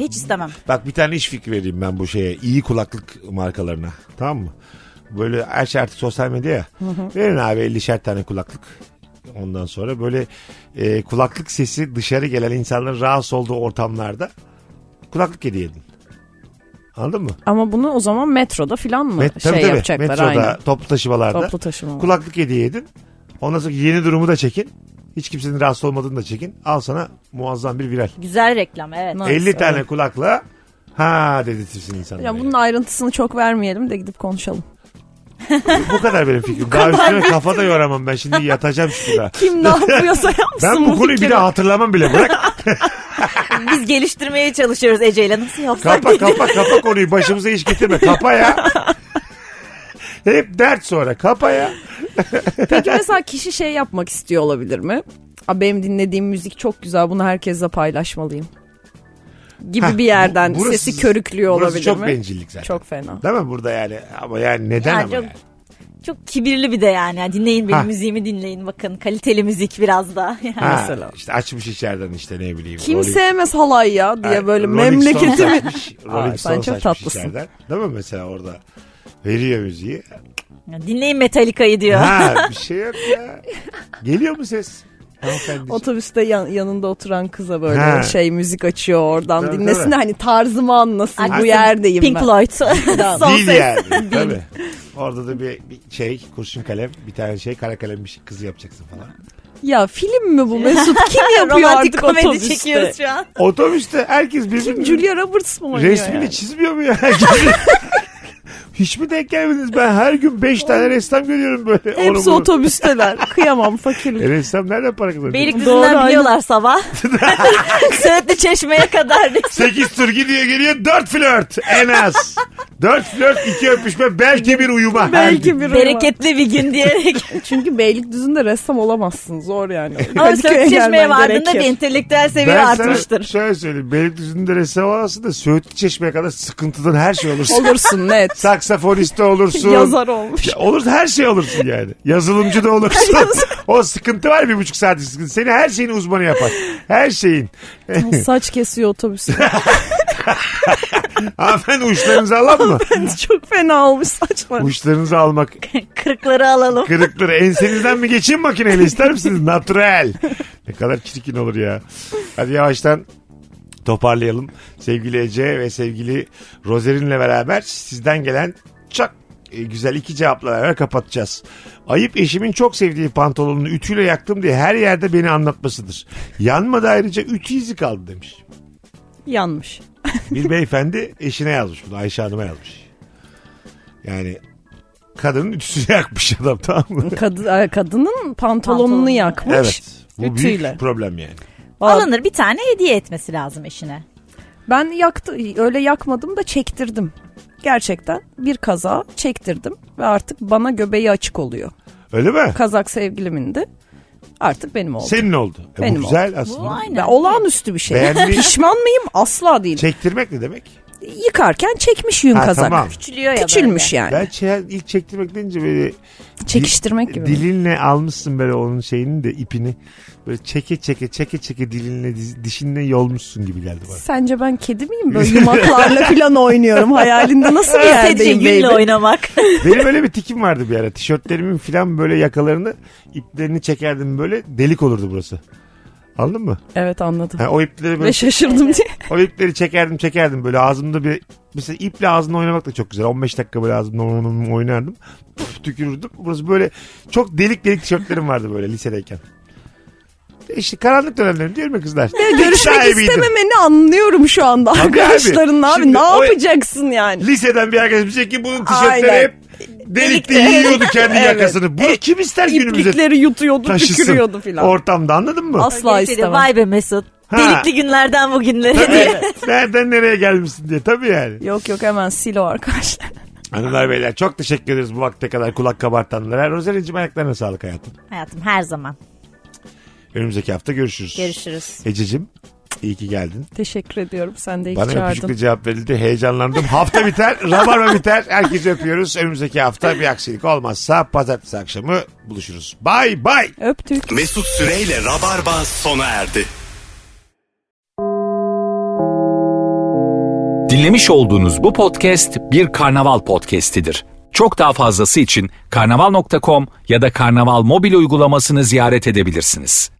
Speaker 5: Hiç istemem.
Speaker 3: Bak bir tane iş fikri vereyim ben bu şeye. iyi kulaklık markalarına. Tamam mı? Böyle her şey artık sosyal medya ya. Verin abi 50'şer tane kulaklık. Ondan sonra böyle e, kulaklık sesi dışarı gelen insanların rahatsız olduğu ortamlarda kulaklık hediye edin. Anladın mı?
Speaker 4: Ama bunu o zaman metroda filan mı
Speaker 3: Met-
Speaker 4: şey
Speaker 3: tabii tabii.
Speaker 4: yapacaklar?
Speaker 3: Metroda,
Speaker 4: Aynen.
Speaker 3: toplu taşımalarda.
Speaker 4: Toplu taşıma.
Speaker 3: Kulaklık hediye edin. Ondan sonra yeni durumu da çekin. Hiç kimsenin rahatsız olmadığını da çekin. Al sana muazzam bir viral.
Speaker 5: Güzel reklam evet.
Speaker 4: Nice,
Speaker 3: 50 tane
Speaker 4: evet.
Speaker 3: kulakla ha dedirtirsin insanlara.
Speaker 4: Ya bunun ayrıntısını çok vermeyelim de gidip konuşalım.
Speaker 3: Bu kadar benim fikrim. Daha üstüne kafa da yoramam ben. Şimdi yatacağım şurada.
Speaker 4: Kim ne yapıyorsa yapsın
Speaker 3: Ben bu konuyu bir
Speaker 4: fikri.
Speaker 3: daha hatırlamam bile. Bırak
Speaker 5: Biz geliştirmeye çalışıyoruz Ece'yle nasıl yapsak.
Speaker 3: kapa kapa kapa konuyu. Başımıza iş getirme. Kapa ya. Hep dert sonra. Kapa ya.
Speaker 4: Peki mesela kişi şey yapmak istiyor olabilir mi? Aa, benim dinlediğim müzik çok güzel bunu herkesle paylaşmalıyım. Gibi
Speaker 3: Hah,
Speaker 4: bir yerden
Speaker 3: bu- burası-
Speaker 4: sesi körüklüyor
Speaker 3: burası
Speaker 4: olabilir
Speaker 3: çok
Speaker 4: mi?
Speaker 3: bencillik zaten.
Speaker 4: Çok fena.
Speaker 3: Değil mi burada yani? Ama yani neden
Speaker 5: Ya
Speaker 3: ama
Speaker 5: çok-
Speaker 3: yani?
Speaker 5: Çok kibirli bir de yani. Yani Dinleyin benim
Speaker 3: Ha.
Speaker 5: müziğimi dinleyin bakın. Kaliteli müzik biraz da. Yani.
Speaker 3: Ha,
Speaker 4: mesela.
Speaker 3: işte açmış içeriden işte ne bileyim.
Speaker 4: Kim
Speaker 3: Rolling-
Speaker 4: sevmez halay ya diye
Speaker 3: Ha,
Speaker 4: böyle
Speaker 3: Rolling
Speaker 4: memleketi
Speaker 3: Stones
Speaker 4: mi?
Speaker 3: açmış,
Speaker 4: Aa,
Speaker 3: Rolling
Speaker 4: sen
Speaker 3: Stones
Speaker 4: çok
Speaker 3: açmış
Speaker 4: tatlısın.
Speaker 3: içeriden. Değil mi mesela orada? Veriyor müziği.
Speaker 5: Dinleyin Metallica'yı diyor.
Speaker 3: Ha bir şey yok ya. Geliyor mu ses? Hanımefendi.
Speaker 4: Otobüste yan- yanında oturan kıza böyle
Speaker 3: Ha.
Speaker 4: şey müzik açıyor oradan
Speaker 3: Tabii,
Speaker 4: dinlesin
Speaker 3: tabii.
Speaker 4: de hani tarzımı anlasın
Speaker 5: Ay,
Speaker 4: bu yerdeyim
Speaker 5: Pink
Speaker 4: ben.
Speaker 5: Floyd. Son
Speaker 3: şey- Değil
Speaker 5: ses.
Speaker 3: yani. Tabii. Orada da bir, bir şey kurşun kalem bir tane şey kara kalem bir şey, kızı yapacaksın falan.
Speaker 4: Ya film mi bu Mesut? Kim yapıyor
Speaker 5: Romantik
Speaker 4: artık
Speaker 5: komedi
Speaker 4: otobüste?
Speaker 5: çekiyoruz şu an.
Speaker 3: Otobüste herkes
Speaker 4: Kim
Speaker 3: birbirinin
Speaker 4: Julia Roberts mı oynuyor
Speaker 3: resmini
Speaker 4: yani?
Speaker 3: çizmiyor mu ya? Hiç mi denk gelmediniz? Ben her gün 5 tane ressam görüyorum böyle. Onu
Speaker 4: Hepsi
Speaker 3: bunu.
Speaker 4: otobüsteler. Kıyamam fakirlik.
Speaker 3: E, ressam nereden para kazanıyor?
Speaker 4: Doğru, aynen.
Speaker 5: Beylikdüzü'nden biliyorlar sabah. Söğütlü Çeşme'ye kadar.
Speaker 3: 8 tur gidiyor geliyor 4 flört en az. 4 flört 2 öpüşme belki bir uyuma.
Speaker 4: Belki bir
Speaker 5: Bereketli bir gün diyerek.
Speaker 4: Çünkü Beylikdüzü'nde ressam olamazsın. Zor yani.
Speaker 5: Ama
Speaker 4: Kadıköy'e
Speaker 5: Söğütlü Çeşme'ye
Speaker 4: gelmen
Speaker 5: vardığında
Speaker 4: gerekir.
Speaker 5: bir entelektüel seviye
Speaker 3: Ben sana
Speaker 5: artmıştır.
Speaker 3: şöyle söyleyeyim. Beylikdüzü'nde ressam olamazsın da Söğütlü Çeşme'ye kadar sıkıntıdan her şey olursun.
Speaker 4: Olursun net.
Speaker 3: Saksafonist de olursun.
Speaker 4: Yazar olmuş.
Speaker 3: Ya olur her şey olursun yani. Yazılımcı da olursun. o sıkıntı var bir buçuk saatlik sıkıntı. Seni her şeyin uzmanı yapar. Her şeyin.
Speaker 4: Saç kesiyor otobüs.
Speaker 3: Hanımefendi uçlarınızı alan mı?
Speaker 4: Çok fena olmuş saçlar.
Speaker 3: Uçlarınızı almak.
Speaker 5: Kırıkları alalım.
Speaker 3: Kırıkları ensenizden mi geçeyim makineyle ister misiniz? Natural. Ne kadar çirkin olur ya. Hadi yavaştan toparlayalım. Sevgili Ece ve sevgili Rozerin'le beraber sizden gelen çok e, güzel iki cevapla beraber kapatacağız. Ayıp eşimin çok sevdiği pantolonunu ütüyle yaktım diye her yerde beni anlatmasıdır. Yanmadı ayrıca ütü izi kaldı demiş.
Speaker 4: Yanmış.
Speaker 3: Bir beyefendi eşine yazmış bunu. Ayşe Hanım'a yazmış. Yani kadının ütüsünü yakmış adam tamam mı?
Speaker 4: Kadı- e, kadının pantolonunu
Speaker 5: Pantolonunu.
Speaker 4: yakmış.
Speaker 3: Evet. Bu büyük
Speaker 4: Ütüyle.
Speaker 3: problem yani.
Speaker 4: Vallahi
Speaker 5: Alınır bir tane hediye etmesi lazım eşine.
Speaker 4: Ben yaktı, öyle yakmadım da çektirdim. Gerçekten bir kaza çektirdim ve artık bana göbeği açık oluyor.
Speaker 3: Öyle mi?
Speaker 4: Kazak sevgilimindi. Artık benim oldu.
Speaker 3: Senin oldu. E,
Speaker 4: Benim
Speaker 3: bu
Speaker 4: oldu.
Speaker 3: güzel
Speaker 5: Bu
Speaker 3: aslında.
Speaker 5: aynen.
Speaker 4: Ve olağanüstü bir şey.
Speaker 3: Beğendiğin-
Speaker 4: Pişman mıyım? Asla değil.
Speaker 3: Çektirmek ne demek?
Speaker 4: Yıkarken çekmiş yün
Speaker 3: Ha,
Speaker 4: kazak.
Speaker 3: tamam.
Speaker 5: Küçülüyor ya
Speaker 4: Küçülmüş yani.
Speaker 3: Ben şey, ilk çektirmek deyince böyle
Speaker 4: Çekiştirmek gibi. mi?
Speaker 3: dilinle almışsın böyle onun şeyini de ipini. Böyle çeke çeke çeke çeke dilinle diz- dişinle yolmuşsun gibi geldi bana.
Speaker 4: Sence ben kedi miyim? Böyle yumaklarla falan oynuyorum. Hayalinde nasıl bir
Speaker 5: böyle.
Speaker 4: yerdeyim
Speaker 5: Seçici günle
Speaker 4: baby?
Speaker 5: oynamak.
Speaker 3: Benim öyle bir tikim vardı bir ara. Tişörtlerimin falan böyle yakalarını iplerini çekerdim böyle delik olurdu burası. Anladın mı?
Speaker 4: Evet anladım.
Speaker 3: Ha, o ipleri böyle
Speaker 4: Ve şaşırdım diye.
Speaker 3: O ipleri çekerdim çekerdim böyle ağzımda bir mesela iple ağzımla oynamak da çok güzel. 15 dakika böyle ağzımda oynardım. Puf, tükürürdüm. Burası böyle çok delik delik tişörtlerim vardı böyle lisedeyken. E İşte karanlık dönemlerim diyorum ya kızlar.
Speaker 4: Görüşmek
Speaker 3: Sahibiydim.
Speaker 4: istememeni anlıyorum şu anda
Speaker 3: abi.
Speaker 4: arkadaşların abi.
Speaker 3: Şimdi
Speaker 4: ne
Speaker 3: o-
Speaker 4: yapacaksın yani?
Speaker 3: Liseden bir arkadaşım diyecek ki bunun tişörtleri
Speaker 4: Aynen.
Speaker 3: hep delikte yiyordu kendi yakasını. Bunu kim ister günümüze
Speaker 4: İplikleri yutuyordu, E, tükürüyordu
Speaker 3: taşısın
Speaker 4: filan.
Speaker 3: ortamda anladın mı?
Speaker 4: Asla
Speaker 5: Öyle şey de,
Speaker 4: istemem.
Speaker 5: Vay be Mesut.
Speaker 3: Ha.
Speaker 5: Delikli günlerden bugünlere diye.
Speaker 3: Nereden nereye gelmişsin diye tabii yani.
Speaker 4: Yok yok hemen sil o arkadaşlar.
Speaker 3: Hanımlar beyler çok teşekkür ederiz bu vakte kadar kulak kabartanlara. Rozelinciğim ayaklarına sağlık hayatım.
Speaker 5: Hayatım her zaman.
Speaker 3: Önümüzdeki hafta görüşürüz.
Speaker 5: Görüşürüz.
Speaker 3: Ececiğim iyi ki geldin.
Speaker 4: Teşekkür ediyorum. Sen de iyi ki
Speaker 3: Bana
Speaker 4: çağırdın.
Speaker 3: öpücükle cevap verildi. Heyecanlandım. Hafta biter. Rabarba biter. Herkesi öpüyoruz. Önümüzdeki hafta bir aksilik olmazsa pazartesi akşamı buluşuruz. Bay bay.
Speaker 4: Öptük.
Speaker 2: Mesut Süreyle Rabarba sona erdi.
Speaker 1: Dinlemiş olduğunuz bu podcast bir karnaval podcastidir. Çok daha fazlası için karnaval.com ya da karnaval mobil uygulamasını ziyaret edebilirsiniz.